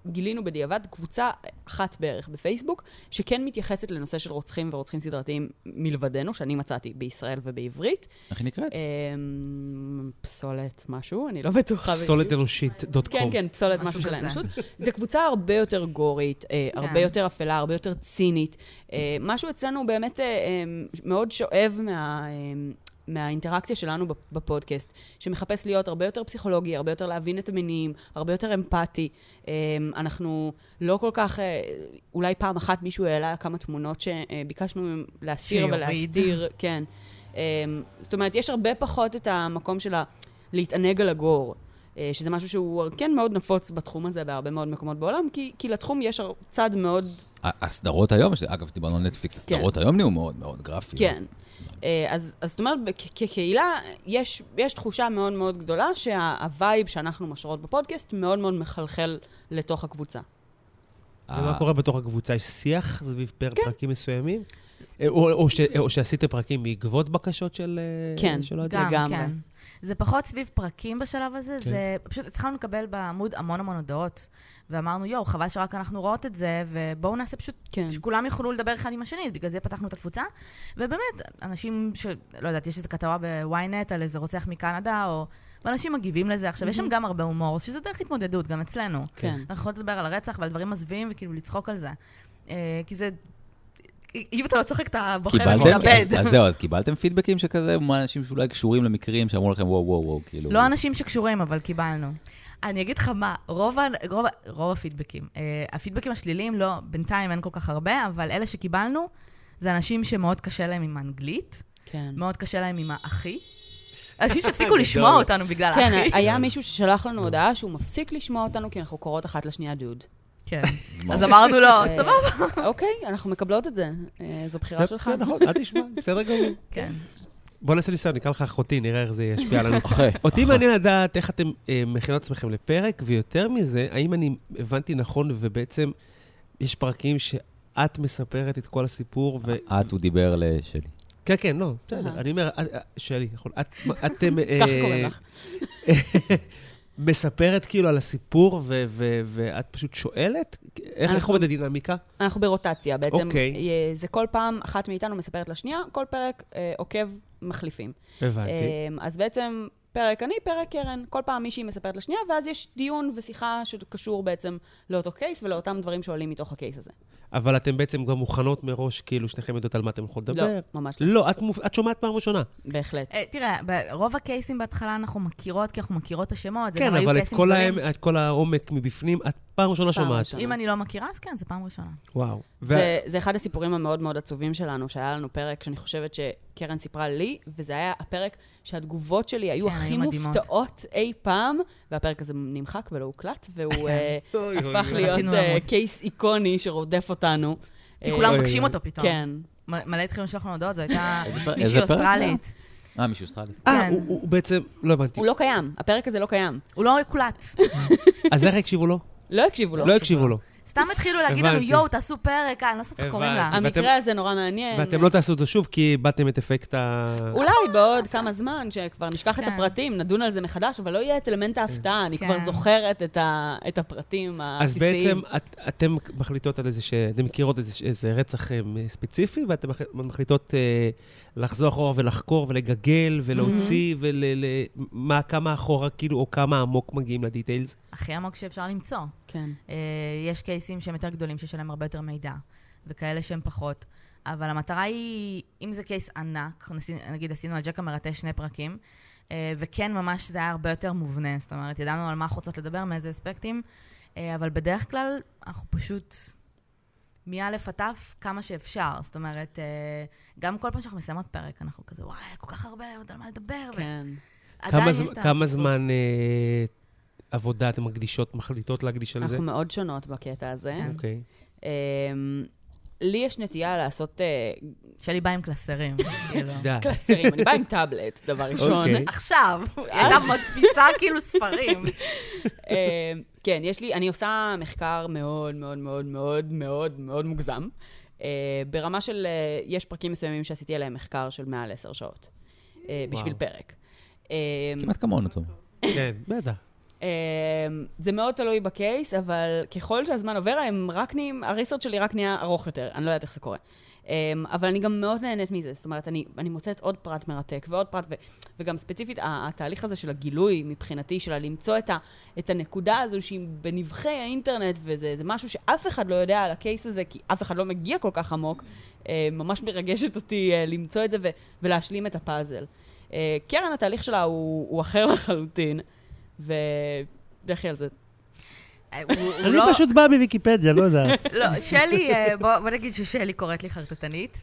E: גילינו בדיעבד קבוצה אחת בערך בפייסבוק, שכן מתייחסת לנושא של רוצחים ורוצחים סדרתיים מלבדנו, שאני מצאתי בישראל ובעברית.
A: איך היא נקראת?
D: אה.
E: אמ, פסולת משהו, אני לא בטוחה. בדיוק.
B: פסולת אנושית דוט
E: כן,
B: קום.
E: כן, פסולת משהו
D: משהו
E: של
D: כזה.
E: האנושות. זו קבוצה הרבה יותר גורית, אה, הרבה
D: כן.
E: יותר אפלה, הרבה יותר צינית. אה, משהו אצלנו באמת אה, אה, מאוד שואב מה... אה, מהאינטראקציה שלנו בפ- בפודקאסט, שמחפש להיות הרבה יותר פסיכולוגי, הרבה יותר להבין את המינים, הרבה יותר אמפתי. אה, אנחנו לא כל כך, אה, אולי פעם אחת מישהו העלה כמה תמונות אה, שביקשנו להסיר
D: שיוריד.
E: ולהסדיר, כן. אה, זאת אומרת, יש הרבה פחות את המקום של ה... להתענג על הגור, אה, שזה משהו שהוא כן מאוד נפוץ בתחום הזה בהרבה מאוד מקומות בעולם, כי, כי לתחום יש הר- צד מאוד,
A: ה- הסדרות היום, ש- אגב, דיברנו על נטפליקס,
D: כן.
A: הסדרות היום נהיו מאוד מאוד גרפיות.
E: כן. אה, אז, אז זאת אומרת, כ- כקהילה יש, יש תחושה מאוד מאוד גדולה שהווייב שאנחנו משרות בפודקאסט מאוד מאוד מחלחל לתוך הקבוצה.
A: ה- אה,
B: ומה קורה בתוך הקבוצה? יש שיח סביב פר-
E: כן.
B: פרקים מסוימים? אה, או- או ש- או שעשיתם פרקים בעקבות בקשות של... אה,
E: כן,
B: של אוהדים?
D: גם,
E: לגמרי.
D: כן. זה פחות סביב פרקים בשלב הזה,
B: כן.
D: כן. זה פשוט התחלנו לקבל בעמוד המון המון הודעות, ואמרנו, יואו, חבל שרק אנחנו רואות את זה, ובואו נעשה פשוט,
E: כן.
D: כן. שכולם יוכלו לדבר אחד עם השני, אז בגלל זה פתחנו את הקבוצה. ובאמת, אנשים של, לא יודעת, יש איזו כתבה בוויינט על איזה רוצח מקנדה, או... ואנשים מגיבים לזה עכשיו, יש שם גם הרבה הומור, שזה דרך התמודדות, גם אצלנו.
E: כן.
D: אנחנו יכולות לדבר על הרצח ועל דברים מזוויעים, וכאילו לצחוק על זה. אה, כי זה... אם אתה לא צוחק, אתה בוחר ומתאבד.
A: קיבלתם? אה, אז זהו, אז קיבלתם פידבקים שכזה, מאנשים שאולי קשורים למקרים שאמרו לכם, וואו, וואו, וואו, כאילו...
D: לא אנשים שקשורים, אבל קיבלנו. אני אגיד לך מה, רוב, ה- רוב, ה- רוב הפידבקים, uh, הפידבקים השליליים, לא, בינתיים אין כל כך הרבה, אבל אלה שקיבלנו, זה אנשים שמאוד קשה להם עם האנגלית,
E: כן.
D: מאוד קשה להם עם האחי. אנשים שהפסיקו לשמוע אותנו בגלל
E: כן, לא.
D: האחי.
E: היה מישהו ששלח לנו הודעה שהוא מפסיק לשמוע אותנו כי אנחנו קוראות אחת לשנייה דוד.
D: כן. אז אמרנו לו,
E: אה,
D: סבבה.
E: אוקיי, אנחנו מקבלות את זה. אה, זו בחירה
B: זה-
E: שלך.
B: זה נכון, אל תשמע, בסדר גמור.
D: כן.
B: בוא נעשה ניסיון, נקרא לך אחותי, נראה איך זה ישפיע עלינו.
A: אחרי.
B: כן, אותי מעניין לדעת איך אתם אה, מכינות עצמכם לפרק, ויותר מזה, האם אני הבנתי נכון, ובעצם יש פרקים שאת מספרת את כל הסיפור, ו...
A: את, הוא דיבר לשלי.
B: כן, כן, לא, בסדר.
E: אהה.
B: אני אומר, את- אה, שלי, נכון, את... את, אה,
E: כך
B: אה,
E: קוראים לך.
B: מספרת כאילו על הסיפור, ו- ו- ואת פשוט שואלת? איך איך
E: אנחנו-
B: עובדת הדינמיקה?
E: אנחנו ברוטציה בעצם.
B: אוקיי.
E: אה, זה כל פעם, אחת מאיתנו מספרת לשנייה, כל פרק אה, עוקב מחליפים.
B: הבנתי.
E: אה, אז בעצם פרק אני, פרק קרן, כל פעם מישהי מספרת לשנייה, ואז יש דיון ושיחה שקשור בעצם לאותו קייס ולאותם דברים שעולים מתוך הקייס הזה.
B: אבל אתם בעצם גם מוכנות מראש, כאילו, שניכם יודעות על מה אתם יכולות
E: לא,
B: לדבר?
E: ממש לא.
B: לא, את מופ- את שומעת פעם ראשונה.
E: בהחלט.
D: אה, תראה, ברוב הקייסים בהתחלה אנחנו מכירות, כי אנחנו מכירות את השמות. זה
B: כן,
D: גם היו
B: אבל את
D: קייסים
B: כל
D: גדולים.
B: האמ- את כל העומק מבפנים, את פעם ראשונה
E: פעם
B: שומעת.
E: ראשונה.
D: אם אני לא מכירה, אז כן, זו פעם ראשונה.
B: וואו.
E: זה, זה אחד הסיפורים המאוד מאוד עצובים שלנו, שהיה לנו פרק שאני חושבת שקרן סיפרה לי, וזה היה הפרק שהתגובות שלי היו
D: כן,
E: הכי
D: היו מדהימות.
E: מופתעות אי פעם, והפרק הזה נמחק ולא הוקלט,
D: כן.
E: והוא אה,
B: אוי, אוי,
E: הפך
B: אוי.
E: להיות
D: רצינו
E: אה,
D: למות.
E: קייס איקוני שרודף אותנו.
D: כי
E: אה,
D: כולם
B: אוי,
D: מבקשים
B: אוי.
D: אותו פתאום.
E: כן.
D: מ- מלא התחילו לשלוח לנו הודעות, זו הייתה
A: איזה פרק- איזה
D: מישהי
A: פרק זה היה?
D: אוסטרלית.
A: אה, מישהו אוסטרלי.
B: אה,
D: כן.
B: הוא- הוא הוא בעצם, לא הבנתי.
E: הוא לא קיים, הפרק הזה לא קיים.
D: הוא לא קולט.
B: אז איך הקשיבו לו?
E: לא הקשיבו לו.
B: לא הקשיבו לו.
D: סתם התחילו להגיד לנו,
B: הבנתי.
D: יואו, תעשו פרק, אה, אני לא יודעת איך קוראים לה.
B: הבנתי. ואתם-
E: המקרה הזה נורא מעניין.
B: ואתם לא תעשו אותו שוב, כי איבדתם את אפקט ה...
E: כן. אולי בעוד כמה זמן, שכבר נשכח את
D: אה, כן.
E: הפרטים, נדון על זה מחדש, אבל לא יהיה את אלמנט ההפתעה, אני
D: כן.
E: כבר זוכרת את ה- את הפרטים
B: אז
E: הבסיסיים.
B: בעצם את- אתם מחליטות על איזה ש... אתם מכירות איזה ש- איזה רצח אה, ספציפי, ואתם מח- מחליטות אה, לחזור אחורה ולחקור ולגגל ולהוציא ול... ל- מה, כמה אחורה, כאילו, או כמה עמוק מגיעים לדיטיילס.
D: הכי עמוק שאפשר למצוא.
E: כן.
D: אה, יש קייסים שהם יותר גדולים, שיש עליהם הרבה יותר מידע, וכאלה שהם פחות. אבל המטרה היא, אם זה קייס ענק, נסי- נגיד עשינו על ג'ק המרטש שני פרקים, אה, וכן, ממש זה היה הרבה יותר מובנה. זאת אומרת, ידענו על מה אנחנו רוצות לדבר, מאיזה אספקטים, אה, אבל בדרך כלל אנחנו פשוט מא' עד ת' כמה שאפשר. זאת אומרת, אה, גם כל פעם שאנחנו מסיימות פרק, אנחנו כזה, וואי, כל כך הרבה עוד על מה לדבר.
E: כן.
D: ועדיין
B: כמה
D: יש
B: ז-
D: את
B: כמה
D: הפספוס.
B: זמן אה, עבודה אתם מקדישות, מחליטות להקדיש על זה?
E: אנחנו כן. מאוד שונות בקטע הזה.
B: אוקיי.
E: אמ, לי יש נטייה לעשות אה,
D: שלי בא עם קלסרים, כאילו.
B: די.
E: קלסרים, אני באה עם טאבלט, דבר ראשון.
B: אה. אוקיי.
D: עכשיו, היא הייתה
B: אה?
D: מדפיסה כאילו ספרים.
E: אה, כן, יש לי, אני עושה מחקר מאוד מאוד מאוד מאוד מאוד מאוד מוגזם. אה, ברמה של, אה, יש פרקים מסוימים שעשיתי עליהם מחקר של מעל עשר שעות. אה, בשביל
B: וואו.
E: פרק. אה,
A: כמעט כמונו, טוב.
B: כן, בטח.
E: אמ, זה מאוד תלוי בקייס, אבל ככל שהזמן עובר, הם רק נהיים, הריסרצ' שלי רק נהיה ארוך יותר, אני לא יודעת איך זה קורה. אמ, אבל אני גם מאוד נהנית מזה, זאת אומרת, אני, אני מוצאת עוד פרט מרתק ועוד פרט, ו, וגם ספציפית, ה- התהליך הזה של הגילוי מבחינתי, של למצוא את, ה, את הנקודה הזו שהיא בנבחי האינטרנט, וזה זה משהו שאף אחד לא יודע על הקייס הזה, כי אף אחד לא מגיע כל כך עמוק, אה, ממש מרגשת אותי אה, למצוא את זה ו, ולהשלים את הפאזל. אה, קרן, התהליך שלה הוא, הוא אחר לחלוטין, ולכי על זה.
D: אה, הוא- הוא
G: אני
D: לא-
G: פשוט בא מוויקיפדיה, לא יודע.
D: לא, שלי, אה, בוא בוא נגיד ששלי קוראת לי חרטטנית.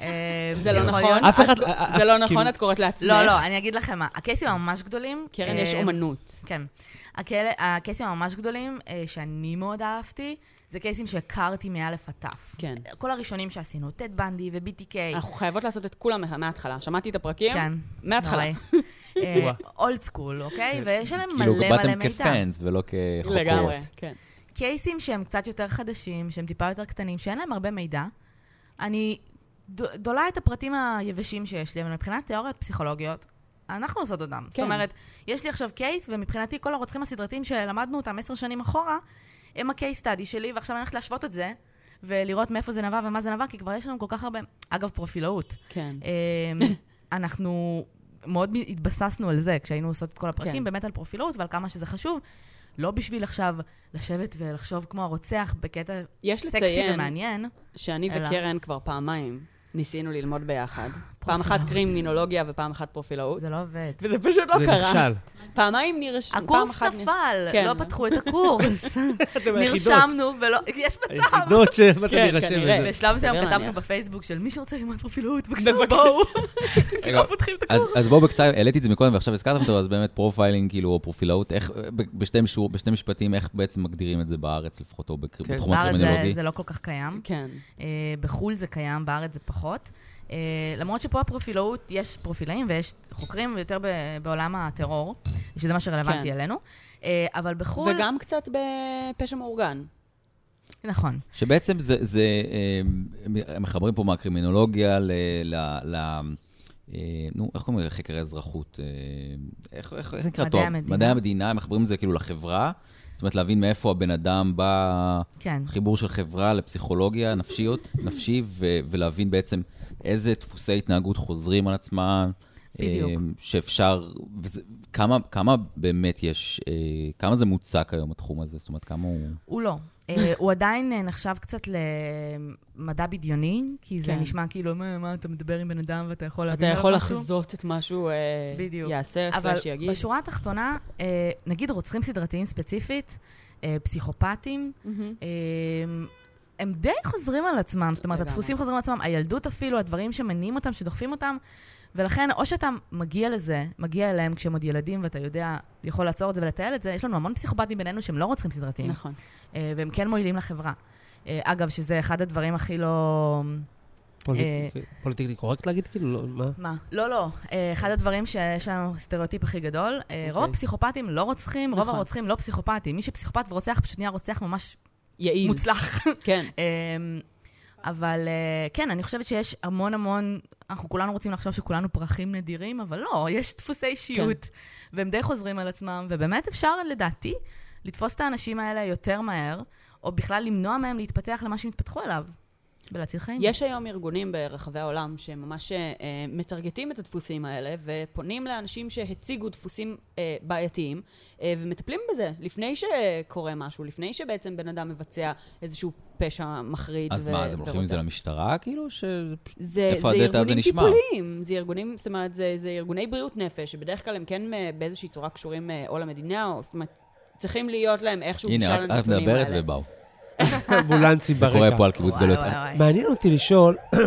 D: אה,
E: זה לא
D: יכול
E: נכון.
D: להיות.
G: אף אחד...
E: זה לא
G: כאילו-
E: נכון, את קוראת לעצמך.
D: לא, לא, אני אגיד לכם מה, הקייסים הממש גדולים...
E: קרן,
D: אה,
E: יש אומנות.
D: כן. הקל- הקייסים הממש גדולים, אה, שאני מאוד אהבתי, זה קייסים שהכרתי מאלף עד תף.
E: כן.
D: כל הראשונים שעשינו, טד בנדי ו-BTK.
E: אנחנו חייבות לעשות את כולם מה- מההתחלה. שמעתי את הפרקים?
D: כן.
E: מההתחלה.
B: וואו.
D: אולד סקול, אה, אוקיי? ויש עליהם
A: כאילו,
D: מלא מלא
A: באתם
D: מידע.
A: כפאנס ולא כחוקרות.
E: לגמרי, כן.
D: קייסים שהם קצת יותר חדשים, שהם טיפה יותר קטנים, שאין להם הרבה מידע. אני ד- דולה את הפרטים היבשים שיש לי, אבל מבחינת תיאוריות פסיכולוגיות, אנחנו עושות אותם. זאת
E: כן.
D: אומרת, יש לי עכשיו קייס, ומבחינתי כל הרוצחים הסדרתיים שלמדנו אותם עשר שנים אחורה, הם הקייס סטאדי שלי, ועכשיו אני הולכת להשוות את זה, ולראות מאיפה זה נבע ומה זה נבע, כי כבר יש לנו כל כך הרבה... אגב, פרופילאות.
E: כן.
D: אמ, אנחנו מאוד התבססנו על זה כשהיינו עושות את כל הפרקים,
E: כן.
D: באמת על פרופילאות ועל כמה שזה חשוב. לא בשביל עכשיו לשבת ולחשוב כמו הרוצח בקטע
E: יש
D: סקסי
E: לציין
D: ומעניין.
E: שאני
D: אלא.
E: וקרן כבר פעמיים ניסינו ללמוד ביחד. פעם
D: פרופילאות.
E: אחת קרימינולוגיה ופעם אחת פרופילאות.
D: זה לא עובד.
E: וזה פשוט לא
B: זה
E: קרה.
B: נכשל.
E: פעמיים נרשם.
D: הקורס נפל,
E: כן.
D: לא פתחו את הקורס.
G: אתם היחידות.
D: נרשמנו ולא... יש מצב.
G: היחידות שבאתם
E: כן,
G: להירשם
E: כנראה.
G: לזה.
D: בשלב
E: סביר
D: מסוים כתבנו
E: להניח.
D: בפייסבוק של מי שרוצה ללמוד פרופילאות, בבקשה
E: בבקשה.
D: בואו.
A: רגע,
D: לא פותחים את
A: אז-
D: הקורס.
A: אז בואו בקצרה, העליתי את זה מקודם ועכשיו הזכרתם אותו, אז באמת פרופיילינג, כאילו, או פרופילאות, איך, ב- בשתי משור- בשתי משפטים, איך בעצם מגדירים את זה בארץ לפחות, או בק-
B: כן.
A: בתחום
D: בארץ זה-
A: הקרימינולוגי?
D: זה לא כל כך קיים.
E: כן.
D: אה, בחו"ל זה קיים, בארץ זה פחות. אה, למרות שפה הפרופילאות, יש פרופילאים ויש חוקרים, ויותר ב- בעולם הטרור, שזה מה שרלוונטי
E: כן.
D: אלינו. אה, אבל בחו"ל...
E: וגם קצת בפשע מאורגן.
D: נכון.
A: שבעצם זה, זה אה, מ- מחברים פה מהקרימינולוגיה ל... ל, ל אה, נו, איך קוראים לזה? חקר האזרחות. אה, איך, איך, איך נקרא
D: מדעי
A: תואר?
D: המדינה.
A: מדעי המדינה, מחברים את זה כאילו לחברה. זאת אומרת, להבין מאיפה הבן אדם בא,
D: כן.
A: חיבור של חברה לפסיכולוגיה נפשיות, נפשי, ו, ולהבין בעצם איזה דפוסי התנהגות חוזרים על עצמם. אה,
D: בדיוק.
A: שאפשר, וזה, כמה, כמה באמת יש, אה, כמה זה מוצק היום התחום הזה? זאת אומרת, כמה הוא...
D: הוא לא. אה, הוא עדיין אה, נחשב קצת למדע בדיוני, כי זה
E: כן.
D: נשמע כאילו, מה, מה, אתה מדבר עם בן אדם ואתה יכול
E: אתה
D: להבין עליו
E: יכול
D: משהו?"
E: לחזות את מה שהוא אה,
D: בדיוק.
E: יעשה,
D: אבל
E: סלאש יגיד.
D: בשורה התחתונה, אה, נגיד רוצחים סדרתיים ספציפית, אה, פסיכופטים,
E: מהמם.
D: אמ, הם די חוזרים על עצמם, זאת אומרת,
E: לגמרי.
D: הדפוסים חוזרים על עצמם, הילדות אפילו, הדברים שמניעים אותם, שדוחפים אותם, ולכן או שאתה מגיע לזה, מגיע אליהם כשהם עוד ילדים, ואתה יודע, יכול לעצור את זה ולטייל את זה, יש לנו המון פסיכופטים בינינו שהם לא רוצחים סדרתיים,
E: נכון.
D: אה, והם כן מועילים לחברה. אה, אגב, שזה אחד הדברים הכי לא...
B: פוליטיק- פוליטיקלי קורקט להגיד? כאילו, לא, מה?
D: מה? לא, לא. אה, אחד הדברים שיש לנו סטריאוטיפ הכי גדול, אה, רוב
B: אוקיי.
D: הפסיכופטים לא רוצחים, רוב
E: נכון.
D: הרוצחים לא פסיכופטים. מי שפסיכופת ורוצח פשוט נהיה רוצח ממש
E: יעיל.
D: מוצלח.
E: כן.
D: אמ, אבל אה, כן, אני חושבת שיש המון המון, אנחנו כולנו רוצים לחשוב שכולנו פרחים נדירים, אבל לא, יש דפוסי אישיות,
E: כן.
D: והם די חוזרים על עצמם, ובאמת אפשר, לדעתי, לתפוס את האנשים האלה יותר מהר, או בכלל למנוע מהם להתפתח למה שהם התפתחו אליו, ולהציל חיים.
E: יש היום ארגונים ברחבי העולם שממש אה, מטרגטים את הדפוסים האלה ופונים לאנשים שהציגו דפוסים אה, בעייתיים אה, ומטפלים בזה לפני שקורה משהו, לפני שבעצם בן אדם מבצע איזשהו פשע מחריד.
A: אז
E: ו-
A: מה, אז הם הולכים עם זה
E: ורוצח.
A: למשטרה, כאילו? שזה פשוט...
E: זה,
A: איפה
E: זה
A: הדאטה הזה
E: ארגונים
A: נשמע?
E: טיפוליים, זה ארגונים, זאת אומרת, זה, זה ארגוני בריאות נפש, שבדרך כלל הם כן אה, באיזושהי צורה קשורים אה, או למדינה, או זאת אומרת, צריכים להיות להם איכשהו
A: הנה, רק את
E: לנתונים
A: מדברת
E: האלה.
A: ובאו.
B: אמבולנסים
A: זה
B: ברקע.
A: קורה פה על קיבוץ
D: וואי,
A: גלויות.
D: וואי, וואי.
B: מעניין אותי לשאול,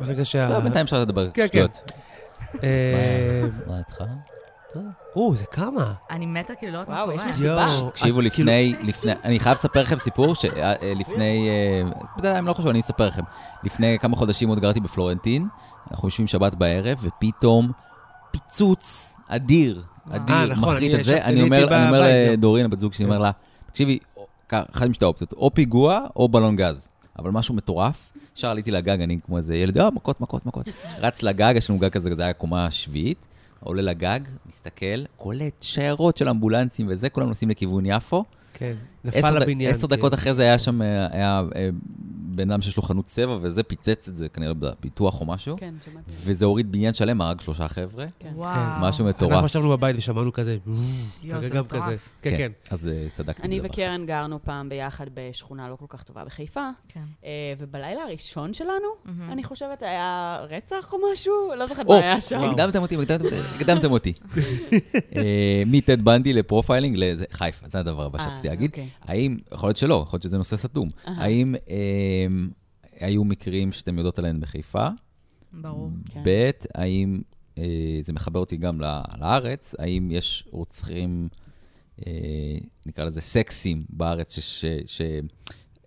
B: ברגע שה...
A: לא, בינתיים אפשר לדבר
B: כן,
A: שטויות.
B: אה,
A: אז מה איתך? טוב.
B: או, זה כמה?
D: אני מתה כאילו לראות מה
E: וואו, יש
D: קורה.
E: מסיבה.
B: יואו.
A: תקשיבו,
B: את- כאילו-
A: לפני, לפני, אני חייב לספר לכם סיפור אה, שלפני, אתה יודע, אם לא חשוב, אני אספר לכם. לפני כמה חודשים עוד גרתי בפלורנטין, אנחנו יושבים שבת בערב, ופתאום פיצוץ אדיר,
D: וואו.
B: אה,
A: אדיר,
B: נכון,
A: מחריט
B: אני
A: את זה.
B: ישבתי,
A: אני
B: הייתי
A: אומר אני אומר
B: בבית גם. כן.
A: לדורין, הבת זוג שלי, אני אומר לה, תקשיבי, או- כ- אחת משתי האופציות, או פיגוע או בלון גז. אבל משהו מטורף, ישר עליתי לגג, אני כמו איזה ילד, אה, מכות, מכות, מכות. רץ לגג, יש לנו גג כזה, זה היה קומה שביעית. עולה לגג, מסתכל, קולט שיירות של אמבולנסים וזה, כולם נוסעים לכיוון יפו.
B: כן,
A: עשר
B: נפל
A: ד-
B: הבניין.
A: עשר
B: כן.
A: דקות אחרי זה היה שם, אה, היה אה, בן אדם שיש לו חנות צבע, וזה פיצץ את זה כנראה בפיתוח או משהו.
E: כן, שמעתי.
A: וזה הוריד בניין שלם, הרג שלושה חבר'ה.
E: כן.
D: וואו.
A: משהו
B: אנחנו
A: מטורף.
B: ישבנו בבית ושמענו כזה,
D: יואו, זה
B: גם
D: מטורף.
B: כזה. כן, כן.
A: אז אה, צדקתי.
E: אני
A: בדבר.
E: וקרן גרנו פעם ביחד בשכונה לא כל כך טובה בחיפה,
D: כן.
E: אה, ובלילה הראשון שלנו,
D: מהמם.
E: אני חושבת, היה רצח או משהו, לא זוכרת
A: או,
E: מה היה שם.
B: וואו.
A: הקדמתם אותי, הקדמתם אותי, הקדמתם אותי. אה, מטד בנדי לפרופיילינג לחיפה, זה הדבר הבא
E: אה,
A: שרציתי להגיד.
E: אוקיי.
A: האם, יכול להיות שלא, יכול להיות שזה נושא סתום. האם אה, היו מקרים שאתם יודעות עליהם בחיפה?
D: ברור.
E: כן.
A: ב', האם, אה, זה מחבר אותי גם ל- לארץ, האם יש רוצחים, אה, נקרא לזה סקסים בארץ, ש, ש, ש,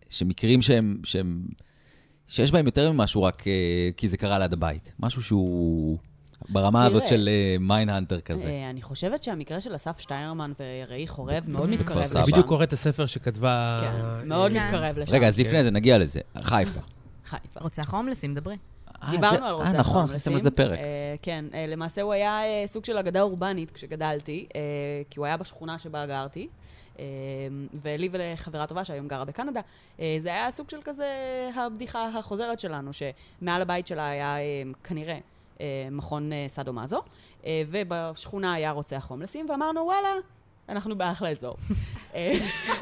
A: שמקרים שהם, שהם, שיש בהם יותר ממשהו רק אה, כי זה קרה ליד הבית. משהו שהוא ברמה
E: תראה.
A: הזאת של אה, מיינהנטר כזה.
E: אה, אני חושבת שהמקרה של אסף שטיינרמן ורעי חורב מאוד
A: בכפר
E: מתקרב לשם.
A: סבא.
B: אני בדיוק קורא את הספר שכתבה... אה,
E: כן, מאוד
D: כן.
E: מתקרב לשם.
A: רגע, אז לפני זה נגיע לזה, חיפה.
E: חיפה.
D: רוצח ההומלסים, דברי.
A: אה, זה-
E: דיברנו על רוצח
A: אה, נכון, עשיתם על זה
E: ההומלסים.
A: פרק.
E: אה, כן, אה, למעשה הוא היה אה, סוג של אגדה אורבנית כשגדלתי, אה, כי הוא היה בשכונה שבה גרתי. אה, ולי ולחברה טובה שהיום גרה בקנדה, אה, זה היה סוג של כזה הבדיחה החוזרת שלנו, שמעל הבית שלה היה אה, כנראה אה, מכון אה, סאדו מאזו, אה, ובשכונה היה רוצח הומלסים, ואמרנו וואלה, אנחנו באחלה אזור. אה,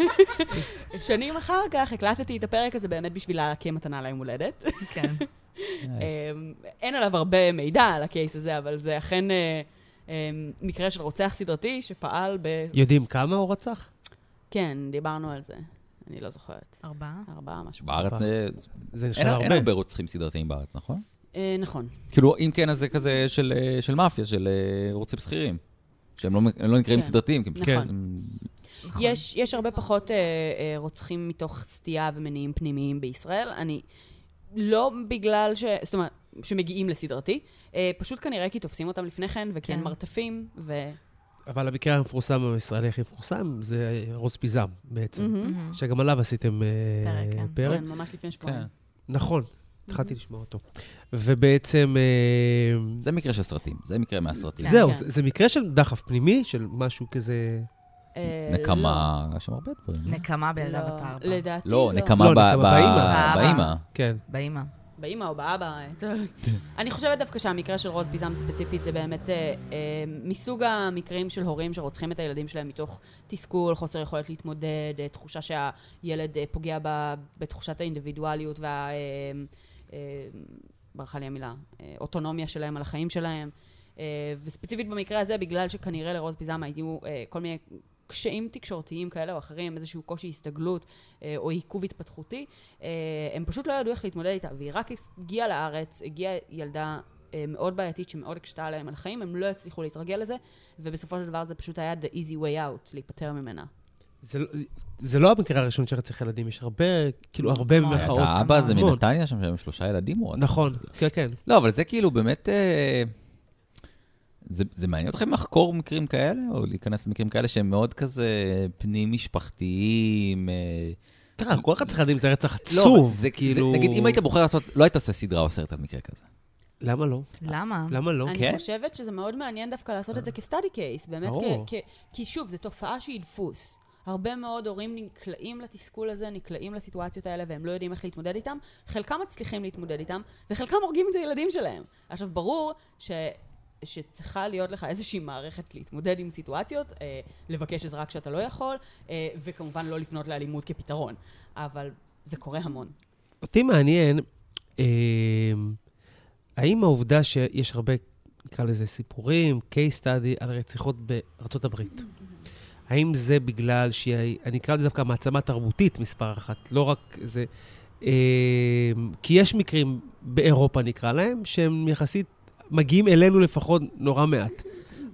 E: שנים אחר כך הקלטתי את הפרק הזה באמת בשבילה כמתנה ליום הולדת.
D: כן.
A: אה,
E: אמ, אין עליו הרבה מידע על הקייס הזה, אבל זה אכן אה, אמ, מקרה של רוצח סדרתי שפעל ב...
B: יודעים כמה הוא רצח?
E: כן, דיברנו על זה. אני לא זוכרת.
D: ארבעה?
E: ארבעה, משהו.
A: בארץ זה...
B: זה
A: אין
B: נשמע
A: אין
B: הרבה.
A: הרבה רוצחים סדרתיים בארץ, נכון?
E: אה, נכון.
A: כאילו, אם כן, אז זה כזה של, אה, של מאפיה, של אה, רוצים שכירים. שהם לא, הם לא נקראים
E: כן.
A: סדרתיים, כי הם פשוט...
E: נכון.
A: הם-
D: נכון.
E: יש, יש הרבה פחות אה, אה, רוצחים מתוך סטייה ומניעים פנימיים בישראל. אני לא בגלל ש... זאת אומרת, שמגיעים לסדרתי, אה, פשוט כנראה כי תופסים אותם לפני כן, וכי הם
D: כן.
E: מרתפים, ו...
B: אבל המקרה המפורסם הישראלי הכי מפורסם זה רוז פיזם בעצם,
E: מהמם.
D: מהמם.
B: שגם עליו עשיתם אה,
D: פרק, כן.
B: פרק.
E: כן, ממש לפני שבועיים.
A: כן.
B: נכון, התחלתי לשמוע אותו. ובעצם... אה,
A: זה מקרה של סרטים, זה מקרה מהסרטים.
D: כן.
B: זהו, זה זה מקרה של דחף פנימי, של משהו כזה...
E: אה,
A: נקמה, יש שם הרבה דברים. לא?
D: נקמה
E: לא,
D: בילדה בת
E: לא,
D: ארבע.
E: לדעתי
A: לא, נקמה
B: לא,
A: ב-
B: נקמה
A: ב-
B: באמא.
A: באמא.
B: כן.
D: באימא.
E: באימא או באבא. תלוי. אני חושבת דווקא שהמקרה של רוז פיזם ספציפית זה באמת אה, אה, מסוג המקרים של הורים שרוצחים את הילדים שלהם מתוך תסכול, חוסר יכולת להתמודד, אה, תחושה שהילד אה, פוגע ב, בתחושת האינדיבידואליות וה... אה, אה, ברכה לי המילה, אה, אוטונומיה שלהם על החיים שלהם. אה, וספציפית במקרה הזה, בגלל שכנראה לרוז פיזם היו אה, כל מיני קשיים תקשורתיים כאלה או אחרים, איזשהו קושי הסתגלות אה, או עיכוב התפתחותי, אה, הם פשוט לא ידעו איך להתמודד איתה. והיא רק הגיעה לארץ, הגיעה ילדה אה, מאוד בעייתית שמאוד הקשתה עליהם על החיים, הם לא הצליחו להתרגל לזה, ובסופו של דבר זה פשוט היה the easy way out, להיפטר ממנה.
B: זה לא- זה לא המקרה הראשון שרצח ילדים, יש הרבה, כאילו, הרבה
D: נכון.
A: את
B: ממחאות.
A: האבא זה
B: המון.
A: מנתניה שם, שהם שלושה ילדים או עוד.
B: נכון, כן, כן.
A: לא, אבל זה כאילו באמת... אה, זה, זה מעניין אתכם לחקור מקרים כאלה, או להיכנס למקרים כאלה שהם מאוד כזה פנים-משפחתיים? אה,
B: תראה, כל רצח ילדים זה רצח
A: לא,
B: עצוב,
A: אבל זה-
B: כאילו...
A: זה- נגיד, אם היית בוחר לעשות, לא היית עושה סדרה או סרט על מקרה כזה.
B: למה לא?
D: למה?
B: למה לא?
E: אני חושבת שזה מאוד מעניין דווקא לעשות את זה כסטאדי קייס, באמת, כ-
B: ברור.
E: כ- כי שוב, זו תופעה שהיא דפוס. הרבה מאוד הורים נקלעים לתסכול הזה, נקלעים לסיטואציות האלה, והם לא יודעים איך להתמודד איתם. חלקם מצליחים להתמודד איתם, וחלקם הורגים את הילדים שלהם. עכשיו, ברור ש... שצריכה להיות לך איזושהי מערכת להתמודד עם סיטואציות, אה, לבקש עזרה כשאתה לא יכול, אה, וכמובן לא לפנות לאלימות כפתרון. אבל זה קורה המון.
B: אותי מעניין, אה, האם העובדה שיש הרבה, נקרא לזה סיפורים, case study על רציחות בארצות הברית, האם זה בגלל שהיא, אני אקרא לזה דווקא מעצמה תרבותית מספר אחת, לא רק זה... אה, כי יש מקרים באירופה, נקרא להם, שהם יחסית מגיעים אלינו לפחות נורא מעט.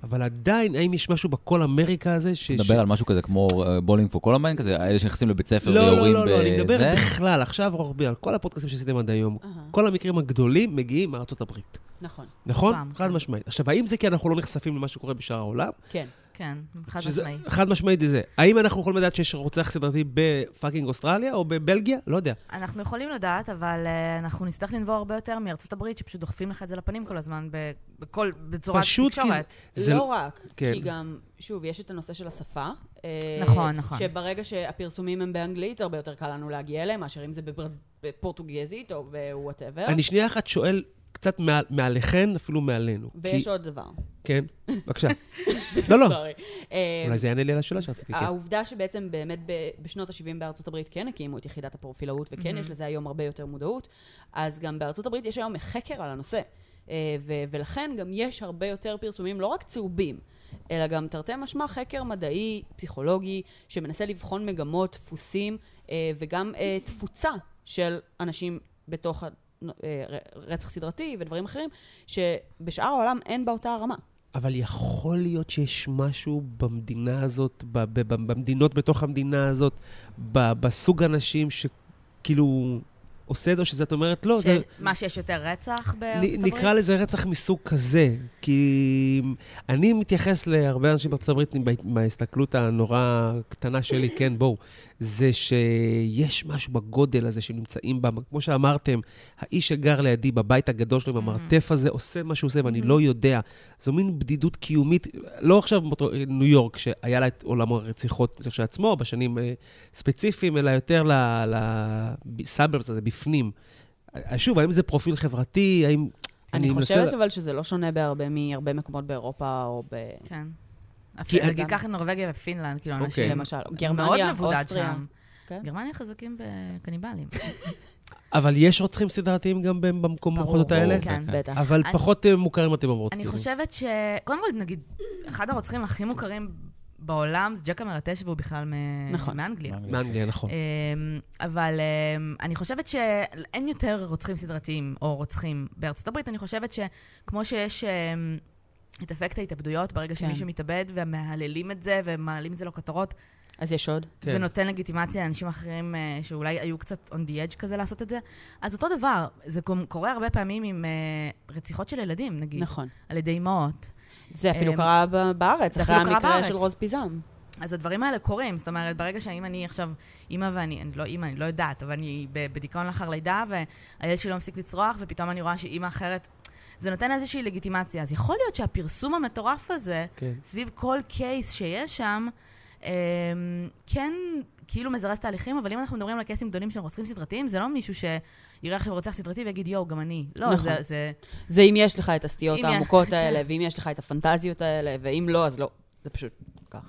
B: אבל עדיין, האם יש משהו בכל אמריקה הזה ש...
A: מדבר על משהו כזה כמו אה, בולינג פור כל המיין כזה, האלה שנכנסים לבית ספר
B: לא, לא,
A: ויורים
B: לא, לא, אני מדבר
A: בזה?
B: בכלל, עכשיו רוחבי, על כל הפודקאסטים שעשיתם עד היום.
E: אהה,
B: כל המקרים הגדולים מגיעים מארצות הברית,
E: נכון,
B: נכון?
D: פעם,
B: חד
D: כן.
B: משמעית. עכשיו, האם זה כי אנחנו לא נחשפים למה שקורה בשאר העולם?
E: כן.
D: כן, חד
B: שזה-
D: משמעי.
B: חד משמעית זה זה. האם אנחנו יכולים לדעת שיש רוצח סדרתי בפאקינג אוסטרליה או בבלגיה? לא יודע.
D: אנחנו יכולים לדעת, אבל אה, אנחנו נצטרך לנבוע הרבה יותר מארצות הברית, שפשוט דוחפים לך את זה לפנים כל הזמן, ב- בכל, בצורת
B: פשוט כי
D: תקשורת.
B: זה-
E: לא רק,
B: כן.
E: כי גם, שוב, יש את הנושא של השפה. אה,
D: נכון, נכון.
E: שברגע שהפרסומים הם באנגלית, הרבה יותר קל לנו להגיע אליהם, מאשר אם זה בבר- בפורטוגזית או בוואטאבר.
B: אני שנייה אחת שואל קצת מעל- מעליכן, אפילו מעלינו.
E: ויש
B: כי-
E: עוד דבר.
B: כן, בבקשה. לא, לא.
E: סורי. אה,
B: אולי זה יענה לי על השאלה שרציתי, כן.
E: העובדה שבעצם באמת ב- בשנות ה-70 בארצות הברית כן הקימו את יחידת הפרופילאות, וכן יש לזה היום הרבה יותר מודעות, אז גם בארצות הברית יש היום חקר על הנושא. אה, ו- ולכן גם יש הרבה יותר פרסומים, לא רק צהובים, אלא גם תרתי משמע חקר מדעי, פסיכולוגי, שמנסה לבחון מגמות, דפוסים, אה, וגם אה, תפוצה של אנשים בתוך ה- אה, ר- רצח סדרתי ודברים אחרים, שבשאר העולם אין באותה הרמה.
B: אבל יכול להיות שיש משהו במדינה הזאת, ב- ב- ב- במדינות בתוך המדינה הזאת, ב- בסוג אנשים שכאילו עושה את זה, או שזה את אומרת, לא,
D: ש-
B: זה...
D: מה, שיש יותר רצח
B: נ-
D: בארצות הברית?
B: נקרא לזה רצח מסוג כזה, כי אני מתייחס להרבה אנשים בארצות הברית בה- בהסתכלות הנורא קטנה שלי, כן, בואו, זה שיש משהו בגודל הזה שנמצאים בה, כמו שאמרתם, האיש שגר לידי בבית הגדול שלו עם המרתף הזה, עושה מה שהוא עושה ואני לא יודע. זו מין בדידות קיומית, לא עכשיו מוטו- ניו יורק, שהיה לה את עולם הרציחות כשלעצמו, בשנים אה, ספציפיים, אלא יותר לסאברס הזה, בפנים. אה, שוב, האם זה פרופיל חברתי? האם...
E: אני
B: מנסה
E: חושבת
B: לה-
E: אבל שזה לא שונה בהרבה מהרבה מקומות באירופה או ב...
D: כן. אפילו,
E: אני-
D: נגיד, קח את נורבגיה ופינלנד, כאילו, אנשים...
E: למשל,
D: מאוד
E: גרמניה,
D: מבודד
E: אוסטריה.
D: שם.
E: כן.
D: גרמניה חזקים בקניבלים.
B: אבל יש רוצחים סדרתיים גם במ- במקום- במחוזות
D: ברור,
B: האלה?
D: כן.
E: בטח.
B: אבל
D: אני-
B: פחות אה, מוכרים אתם אומרות.
D: אני
B: כאילו.
D: חושבת ש... קודם כל, נגיד, אחד הרוצחים הכי מוכרים בעולם זה ג'ק המרטש, והוא בכלל מ-
E: נכון.
D: מאנגליה.
B: מאנגליה, נכון.
D: אמ, אבל אמ, אני חושבת שאין יותר רוצחים סדרתיים או רוצחים בארצות הברית. אני חושבת שכמו שיש אמ, את אפקט ההתאבדויות, ברגע
B: כן.
D: שמישהו מתאבד ומהללים את זה ומעלים את זה לכותרות,
E: אז יש עוד.
B: כן.
D: זה נותן לגיטימציה לאנשים אחרים אה, שאולי היו קצת on the edge כזה לעשות את זה. אז אותו דבר, זה קום- קורה הרבה פעמים עם אה, רציחות של ילדים, נגיד,
E: נכון.
D: על ידי אימהות.
E: זה אפילו
D: אמ,
E: קרה ב- בארץ,
D: זה
E: אחרי
D: אפילו קרה
E: המקרה
D: בארץ.
E: של רוז פיזם.
D: אז הדברים האלה קורים, זאת אומרת, ברגע שאם אני עכשיו אימא ואני, אני לא אימא, אני לא יודעת, אבל אני ב- בדיכאון לאחר לידה, והילד שלי לא מפסיק לצרוח, ופתאום אני רואה שאימא אחרת, זה נותן איזושהי לגיטימציה. אז יכול להיות שהפרסום המטורף הזה,
B: כן.
D: סביב כל קייס שיש שם, אמ, כן כאילו מזרז תהליכים, אבל אם אנחנו מדברים על קייסים גדולים של רוצחים סדרתיים, זה לא מישהו שיראה עכשיו רוצח סדרתי ויגיד, יואו, גם אני. לא,
E: נכון.
D: זה... זה...
E: זה אם יש לך את הסטיות
D: אם כן. יש-
E: העמוקות האלה, ואם יש לך את הפנטזיות האלה, ואם לא, אז לא. זה פשוט כך.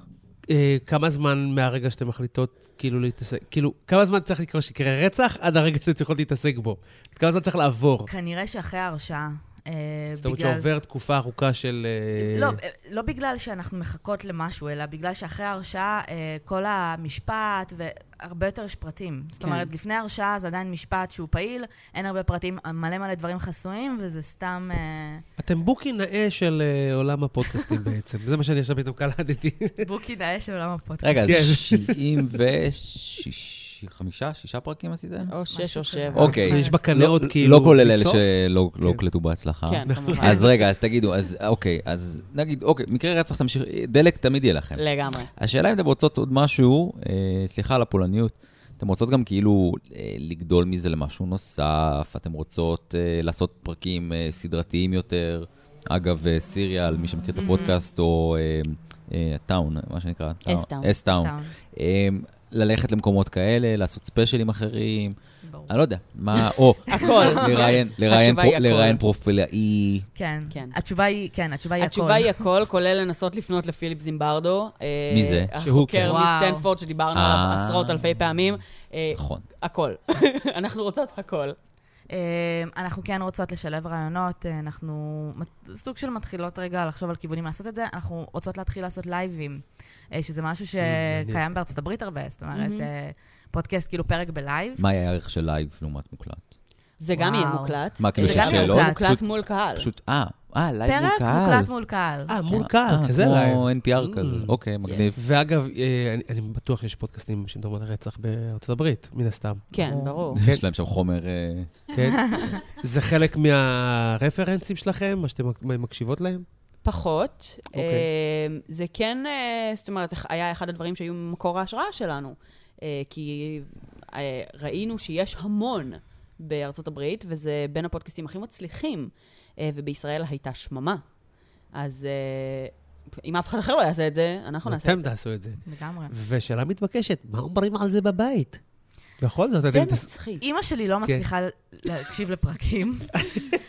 B: אה, כמה זמן מהרגע שאתן מחליטות כאילו להתעסק, כאילו, כמה זמן צריך לקרות שיקרה רצח עד הרגע שאתן צריכות להתעסק בו? כמה זמן צריך לעבור?
D: כנראה שאחרי ההרשעה, אה,
B: זאת אומרת
D: בגלל...
B: שעובר תקופה ארוכה של... אה,
D: לא, אה, לא בגלל שאנחנו מחכות למשהו, אלא בגלל שאחרי ההרשעה, אה, כל המשפט, והרבה יותר יש פרטים. זאת
E: כן.
D: אומרת, לפני ההרשעה זה עדיין משפט שהוא פעיל, אין הרבה פרטים, מלא מלא דברים חסויים, וזה סתם... אה,
B: אתם בוקי נאה של אה, עולם הפודקאסטים בעצם. זה מה שאני עכשיו פתאום קלטתי.
D: בוקי נאה של עולם הפודקאסט.
A: רגע, אז
B: כן.
A: 75, שישה פרקים עשיתם?
E: או שש או
D: כזה.
E: שבע.
A: אוקיי.
B: יש בקנאות
A: לא-
B: כאילו...
A: לא כולל אלה
B: בסוף?
A: שלא לא
B: כן.
A: הוקלטו בהצלחה.
E: כן, כמובן.
A: אז רגע, אז תגידו, אז אוקיי, אז נגיד, אוקיי, מקרה רצח תמשיך, דלק תמיד יהיה לכם.
E: לגמרי.
A: השאלה אם אתם רוצות עוד משהו, אה, סליחה על הפולניות, אתם רוצות גם כאילו אה, לגדול מזה למשהו נוסף, אתם רוצות אה, לעשות פרקים אה, סדרתיים יותר, אגב, אה, סיריאל, מי שמכיר את הפודקאסט, או אה, טאון, מה שנקרא.
E: S-Town.
A: אס-טאון.
D: סתם,
A: ללכת למקומות כאלה, לעשות ספיישלים אחרים,
D: ברור.
A: אני לא יודע, מה, או,
E: הכל.
A: לראיין- לראיין
E: התשובה היא
A: פרו-
E: הכל.
A: לראיין פרופילאי,
D: כן.
E: כן.
D: התשובה היא, כן, התשובה היא הכל.
E: התשובה היא הכל, כולל לנסות לפנות לפיליפ זימברדו. אה,
A: מי זה?
B: שהוא כן.
E: החוקר
D: וואו.
E: מסטנפורד שדיברנו עליו
A: אה.
E: עשרות אלפי פעמים. אה,
A: נכון.
E: הכל. אנחנו רוצות הכל.
D: אה, אנחנו כן רוצות לשלב רעיונות, אה, אנחנו מת- סוג של מתחילות רגע לחשוב על כיוונים לעשות את זה, אנחנו רוצות להתחיל לעשות לייבים, אה, שזה משהו שקיים בארצות הברית הרבה, זאת אומרת, אה, פודקאסט כאילו פרק בלייב.
A: מה היה הערך של לייב לעומת מוקלט?
E: זה גם יהיה
D: וואו.
E: מוקלט.
A: מה, כאילו
E: זה גם
D: שיש
E: יהיה
D: שאלות?
E: מוקלט
A: פשוט-
E: מול קהל.
A: פשוט, אה, אה, לייב מול
D: פרק
A: קהל.
D: מוקלט מול קהל.
B: אה, מול
A: כן,
B: קהל,
A: אה,
B: כזה Mm. כן. להם.
A: כמו NPR כזה, אוקיי, מגניב.
B: ואגב, אה, אני- אני בטוח שיש פודקאסטים שמדברים על רצח בארצות הברית, מן הסתם.
E: כן, ברור.
A: יש להם שם חומר... אה,
B: כן? זה חלק מהרפרנסים שלכם, מה שאתם מק- מקשיבות להם?
E: פחות. Okay.
B: אוקיי.
E: זה כן, אה, זאת אומרת, היה אחד הדברים שהיו מקור ההשראה שלנו. אה, כי אה, ראינו שיש המון בארצות הברית, וזה בין הפודקאסטים הכי מצליחים, אה, ובישראל הייתה שממה. אז אה, אם אף אחד אחר לא יעשה את זה, אנחנו נעשה
B: אתם
E: את זה.
B: תעשו את זה.
D: לגמרי.
B: ושאלה מתבקשת, מה אומרים על זה בבית? בכל זאת,
E: זה
B: אתם... תס-
E: מצחיק.
D: אימא שלי לא מצליחה להקשיב לפרקים.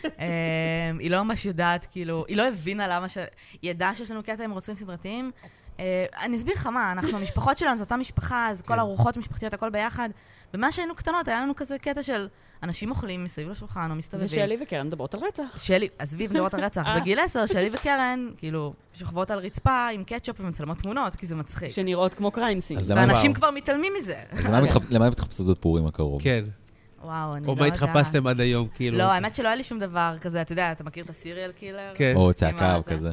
D: אמ, היא לא ממש יודעת, כאילו, היא לא הבינה למה ש... היא ידעה שיש לנו קטע עם רוצחים סדרתיים. אה, אני אסביר לך מה, אנחנו, המשפחות שלנו זו אותה משפחה, אז
B: כן.
D: כל ארוחות משפחתיות, הכל ביחד. ומאז שהיינו קטנות, היה לנו כזה קטע של אנשים אוכלים מסביב לשולחן או מסתובבים.
E: ושלי וקרן מדברות על רצח.
D: שלי, עזבי, מדברות על רצח. בגיל עשר, שלי וקרן, כאילו, שוכבות על רצפה עם קטשופ ומצלמות תמונות, כי זה מצחיק.
E: שנראות כמו קריימסים.
A: אז למה-
D: ואנשים כבר מתעלמים מזה.
A: אז למה מתחפ- למה הם מתחפשו בפורים הקרוב?
B: כן.
D: וואו, אני לא
B: או
D: יודעת.
B: מה התחפשתם עד היום, כאילו?
D: לא, האמת שלא היה לי שום דבר כזה, אתה יודע, אתה מכיר את הסיריאל קילר?
B: כן.
A: או צעקה
D: עם
A: או
D: הזה.
A: כזה.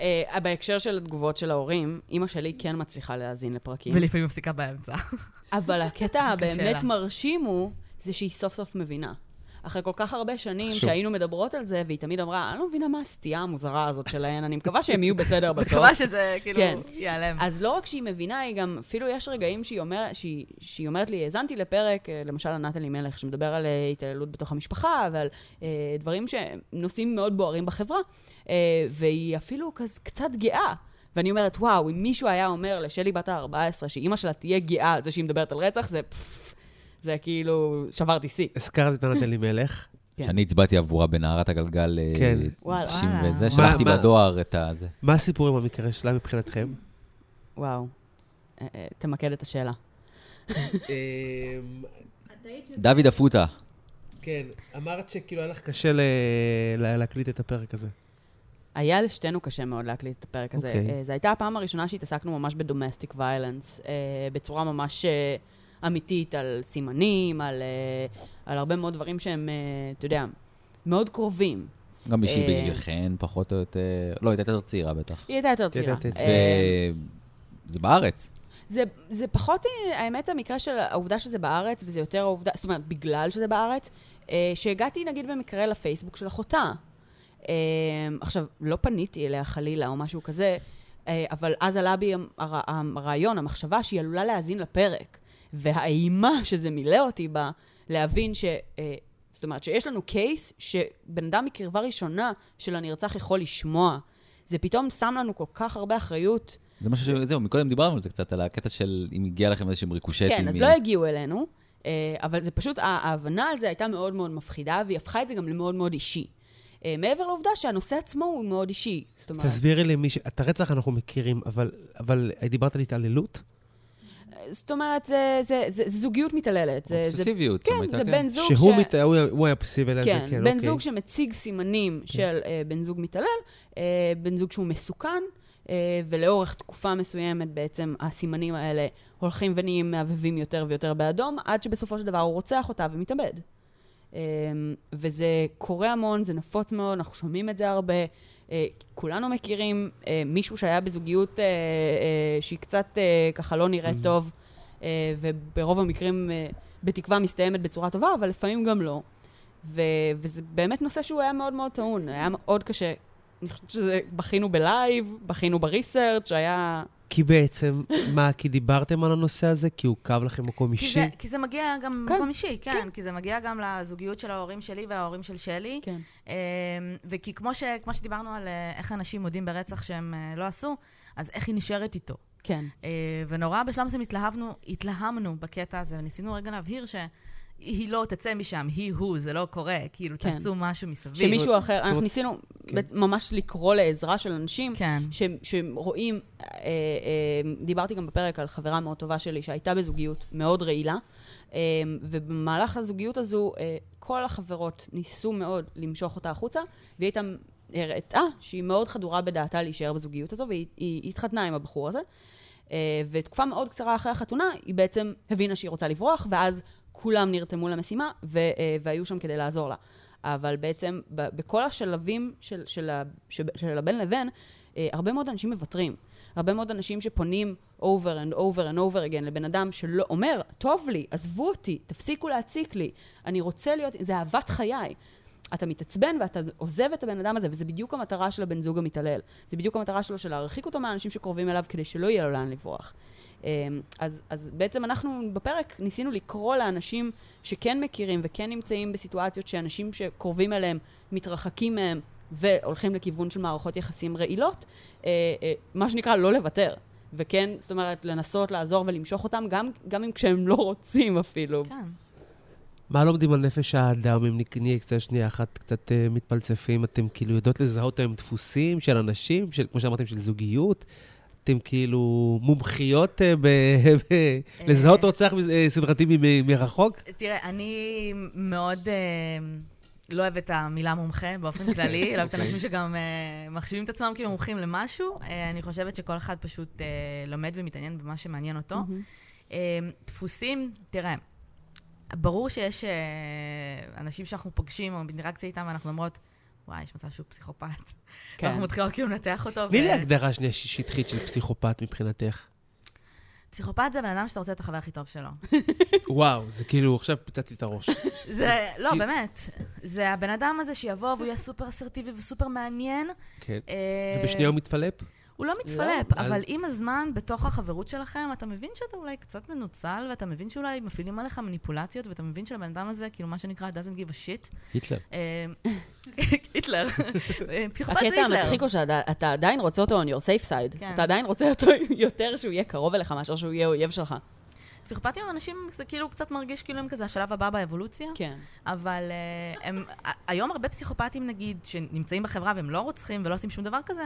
E: אה, בהקשר של התגובות של ההורים, אימא שלי כן מצליחה להאזין לפרקים.
D: ולפעמים מפסיקה באמצע.
E: אבל הקטע
D: לה.
E: הבאמת מרשים הוא, זה שהיא סוף סוף מבינה. אחרי כל כך הרבה שנים
B: חשוב.
E: שהיינו מדברות על זה, והיא תמיד אמרה, אני לא מבינה מה הסטייה המוזרה הזאת שלהן, אני מקווה שהם יהיו בסדר בסוף.
D: מקווה שזה כאילו
E: כן.
D: ייעלם.
E: אז לא רק שהיא מבינה, היא גם, אפילו יש רגעים שהיא, אומר, שהיא, שהיא אומרת לי, האזנתי לפרק, אה, למשל על נתן לימלך, שמדבר על אה, התעללות בתוך המשפחה ועל אה, דברים שהם נושאים מאוד בוערים בחברה, אה, והיא אפילו כזה קצת גאה. ואני אומרת, וואו, אם מישהו היה אומר לשלי בת ה-14 שאימא שלה תהיה גאה על זה שהיא מדברת על רצח, זה פפפ, זה כאילו, שברתי שיא.
B: הזכרת את נתן לימלך.
E: כן.
A: שאני הצבעתי עבורה בנערת הגלגל אה,
B: כן.
A: 90
D: וואלה.
A: וזה, שלחתי
B: מה-
A: בדואר את הזה.
B: מה הסיפור עם המקרה שלה מבחינתכם?
E: וואו. אה, אה, תמקד את השאלה.
F: את היית יודעת
A: דוד אפוטה,
B: אמ, כן, אמרת שכאילו היה לך קשה להקליט את הפרק הזה.
E: היה לשתינו קשה מאוד להקליט את הפרק הזה.
B: אוקיי.
E: Okay. זו הייתה הפעם הראשונה שהתעסקנו ממש בדומסטיק ויילנס, בצורה ממש אה, אמיתית על סימנים, על, אה, על הרבה מאוד דברים שהם, אה, אתה יודע, מאוד קרובים.
A: גם מישהי
E: אה.
A: בגילכן, פחות או יותר, לא, היא הייתה יותר צעירה בטח.
E: היא הייתה יותר צעירה.
B: הייתה יותר
E: אה,
A: וזה בארץ.
E: זה, זה פחות, אה, האמת, המקרה של העובדה שזה בארץ, וזה יותר העובדה, זאת אומרת, בגלל שזה בארץ, אה, שהגעתי נגיד במקרה לפייסבוק של אחותה. אה, עכשיו, לא פניתי אליה חלילה או משהו כזה, אה, אבל אז עלה בי הר, הרעיון, המחשבה שהיא עלולה להאזין לפרק, והאימה שזה מילא אותי בה, להבין ש... אה, זאת אומרת, שיש לנו קייס שבן אדם מקרבה ראשונה של הנרצח יכול לשמוע. זה פתאום שם לנו כל כך הרבה אחריות
A: זה משהו ש... זהו, מקודם דיברנו על זה קצת, על הקטע של אם הגיע לכם איזשהם ריקושטים.
E: כן, אז
A: מ-
E: לא הגיעו אלינו, אה, אבל זה פשוט, ה- ההבנה על זה הייתה מאוד מאוד מפחידה, והיא הפכה את זה גם למאוד מאוד אישי. אה, מעבר לעובדה שהנושא עצמו הוא מאוד אישי. זאת אומרת,
B: תסבירי לי, מי ש- את הרצח אנחנו מכירים, אבל- אבל דיברת על התעללות?
E: זאת אומרת, זה, זה, זה, זה זוגיות מתעללת. זה, זה,
A: אובססיביות. אוקיי.
E: כן,
A: הייתה-
E: זה בן זוג
B: שהוא
E: ש...
B: מת... הוא היה- הוא היה פסיבי על זה, כן,
E: כן,
B: אוקיי. כן.
E: בן זוג שמציג סימנים של אה, בן זוג מתעלל, אה, בן זוג שהוא מסוכן, אה, ולאורך תקופה מסוימת בעצם הסימנים האלה הולכים ונהיים מהבהבים יותר ויותר באדום, עד שבסופו של דבר הוא רוצח אותה ומתאבד. אה, וזה קורה המון, זה נפוץ מאוד, אנחנו שומעים את זה הרבה. אה, כולנו מכירים אה, מישהו שהיה בזוגיות אה, אה, שהיא קצת אה, ככה לא נראית
B: Mm-hmm.
E: טוב, אה, וברוב המקרים, אה, בתקווה, מסתיימת בצורה טובה, אבל לפעמים גם לא. ו- וזה באמת נושא שהוא היה מאוד מאוד טעון, היה מאוד קשה. אני חושבת שזה, בכינו בלייב, בכינו בריסרצ', היה...
B: כי בעצם, מה, כי דיברתם על הנושא הזה? כי הוא כאב לכם מקום
D: כי
B: אישי?
D: זה- כי זה מגיע גם
E: כן,
D: במקום אישי, כן, כי זה מגיע גם לזוגיות של ההורים שלי וההורים של שלי.
E: כן.
D: אמ, וכי כמו ש- כמו שדיברנו על אה, איך אנשים מודים ברצח שהם אה, לא עשו, אז איך היא נשארת איתו.
E: כן.
D: אה, ונורא בשלב מסוים התלהבנו, התלהמנו בקטע הזה, וניסינו רגע להבהיר שהיא לא תצא משם, היא הוא, זה לא קורה, כאילו,
E: כן.
D: תעשו משהו מסביב.
E: שמישהו אחר, אנחנו
B: אומרת-
E: ניסינו
B: כן.
E: בעצ- ממש לקרוא לעזרה של אנשים,
D: כן.
E: ש- שרואים, אה, אה, דיברתי גם בפרק על חברה מאוד טובה שלי שהייתה בזוגיות מאוד רעילה, אה, ובמהלך הזוגיות הזו אה, כל החברות ניסו מאוד למשוך אותה החוצה, והיא הייתה הראתה שהיא מאוד חדורה בדעתה להישאר בזוגיות הזו, והיא היא התחתנה עם הבחור הזה. אה, ותקופה מאוד קצרה אחרי החתונה, היא בעצם הבינה שהיא רוצה לברוח, ואז כולם נרתמו למשימה ו, אה, והיו שם כדי לעזור לה. אבל בעצם, ב- בכל השלבים של, של, ה- של, של הבין לבין, אה, הרבה מאוד אנשים מוותרים. הרבה מאוד אנשים שפונים over and over and over again לבן אדם שלא אומר, טוב לי, עזבו אותי, תפסיקו להציק לי, אני רוצה להיות, זה אהבת חיי. אתה מתעצבן ואתה עוזב את הבן אדם הזה, וזה בדיוק המטרה של הבן זוג המתעלל. זה בדיוק המטרה שלו של להרחיק אותו מהאנשים שקרובים אליו כדי שלא יהיה לו לאן לברוח. אמ, אז, אז בעצם אנחנו בפרק ניסינו לקרוא לאנשים שכן מכירים וכן נמצאים בסיטואציות שאנשים שקרובים אליהם מתרחקים מהם והולכים לכיוון של מערכות יחסים רעילות, אה, אה, מה שנקרא לא לוותר. וכן, זאת אומרת, לנסות לעזור ולמשוך אותם, גם, גם אם כשהם לא רוצים אפילו.
D: כן.
B: מה לומדים על נפש האדם, אם נק- נהיה קצת שנייה אחת קצת אה, מתפלצפים? אתם כאילו יודעות לזהות היום דפוסים של אנשים, של, כמו שאמרתם, של זוגיות? אתם כאילו מומחיות אה, ב... ב- לזהות רוצח אה, סדרתי מ- מרחוק?
D: תראה, אני מאוד אה, לא אוהבת את המילה מומחה
B: אוקיי,
D: באופן כללי, לא אוהבת אנשים שגם אה, מחשיבים את עצמם כמומחים למשהו. אה, אני חושבת שכל אחד פשוט אה, לומד ומתעניין במה שמעניין אותו. אה, דפוסים, תראה, ברור שיש אה, אנשים שאנחנו פוגשים או באינטראקציה איתם, ואנחנו אומרות, וואי, יש מצב שהוא פסיכופת.
E: כן.
D: אנחנו מתחילות כאילו לנתח אותו.
B: תני לי
D: ו-
B: הגדרה שנייה ש- שטחית של פסיכופת מבחינתך.
D: פסיכופת זה בן אדם שאתה רוצה להיות החבר הכי טוב שלו.
B: וואו, זה כאילו, עכשיו פיצצת לי את הראש.
D: זה, לא,
B: כי-
D: באמת. זה הבן אדם הזה שיבוא והוא יהיה סופר אסרטיבי וסופר מעניין.
B: כן.
D: אה,
B: ובשנייה הוא מתפלפ?
D: הוא לא מתפלפ,
B: אז-
D: אבל עם הזמן, בתוך החברות שלכם, אתה מבין שאתה אולי קצת מנוצל, ואתה מבין שאולי מפעילים עליך מניפולציות, ואתה מבין שלבן אדם הזה, כאילו, מה שנקרא, doesn't give a shit.
A: היטלר.
D: אה, היטלר. אה, פסיכופת זה
E: הקטע
D: היטלר.
E: המצחיק הוא שאתה עדיין רוצה אותו on your safe side.
D: כן.
E: אתה עדיין רוצה אותו יותר שהוא יהיה קרוב אליך מאשר שהוא יהיה אויב שלך.
D: פסיכופתים הם אנשים, זה כאילו קצת מרגיש כאילו הם כזה השלב הבא באבולוציה.
E: כן.
D: אבל אה, הם, ה- היום הרבה פסיכופטים, נגיד, שנמצאים בחברה והם לא רוצחים ולא עושים שום דבר כזה,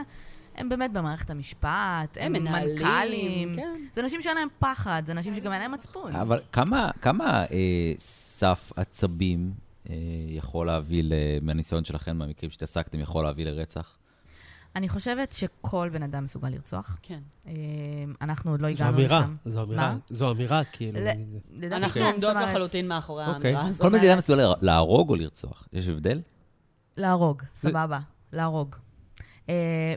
D: הם באמת במערכת המשפט, הם
E: הם מנהלים,
D: מנכ"לים.
E: כן.
D: זה אנשים שאין להם פחד, זה אנשים שגם אין להם מצפון.
A: אבל כמה, כמה אה, סף עצבים אה, יכול להביא, ל- מהניסיון שלכם, מהמקרים שהתעסקתם, יכול להביא לרצח?
D: אני חושבת שכל בן אדם מסוגל לרצוח.
E: כן.
D: אה, אנחנו עוד
B: זו
D: לא הגענו
B: אמירה,
D: לשם.
B: זו אמירה,
D: מה?
B: זו אמירה, כאילו.
D: ל-
B: נגיד.
D: לדעתי
E: אנחנו
D: כן,
E: עומדות
D: זאת אומרת,
E: לחלוטין מאחורי
B: אוקיי.
E: האמירה הזאת.
A: כל
D: אומרת-
A: מדינה מסוגלת להרוג או לרצוח, יש הבדל?
D: להרוג, סבבה, להרוג. אה,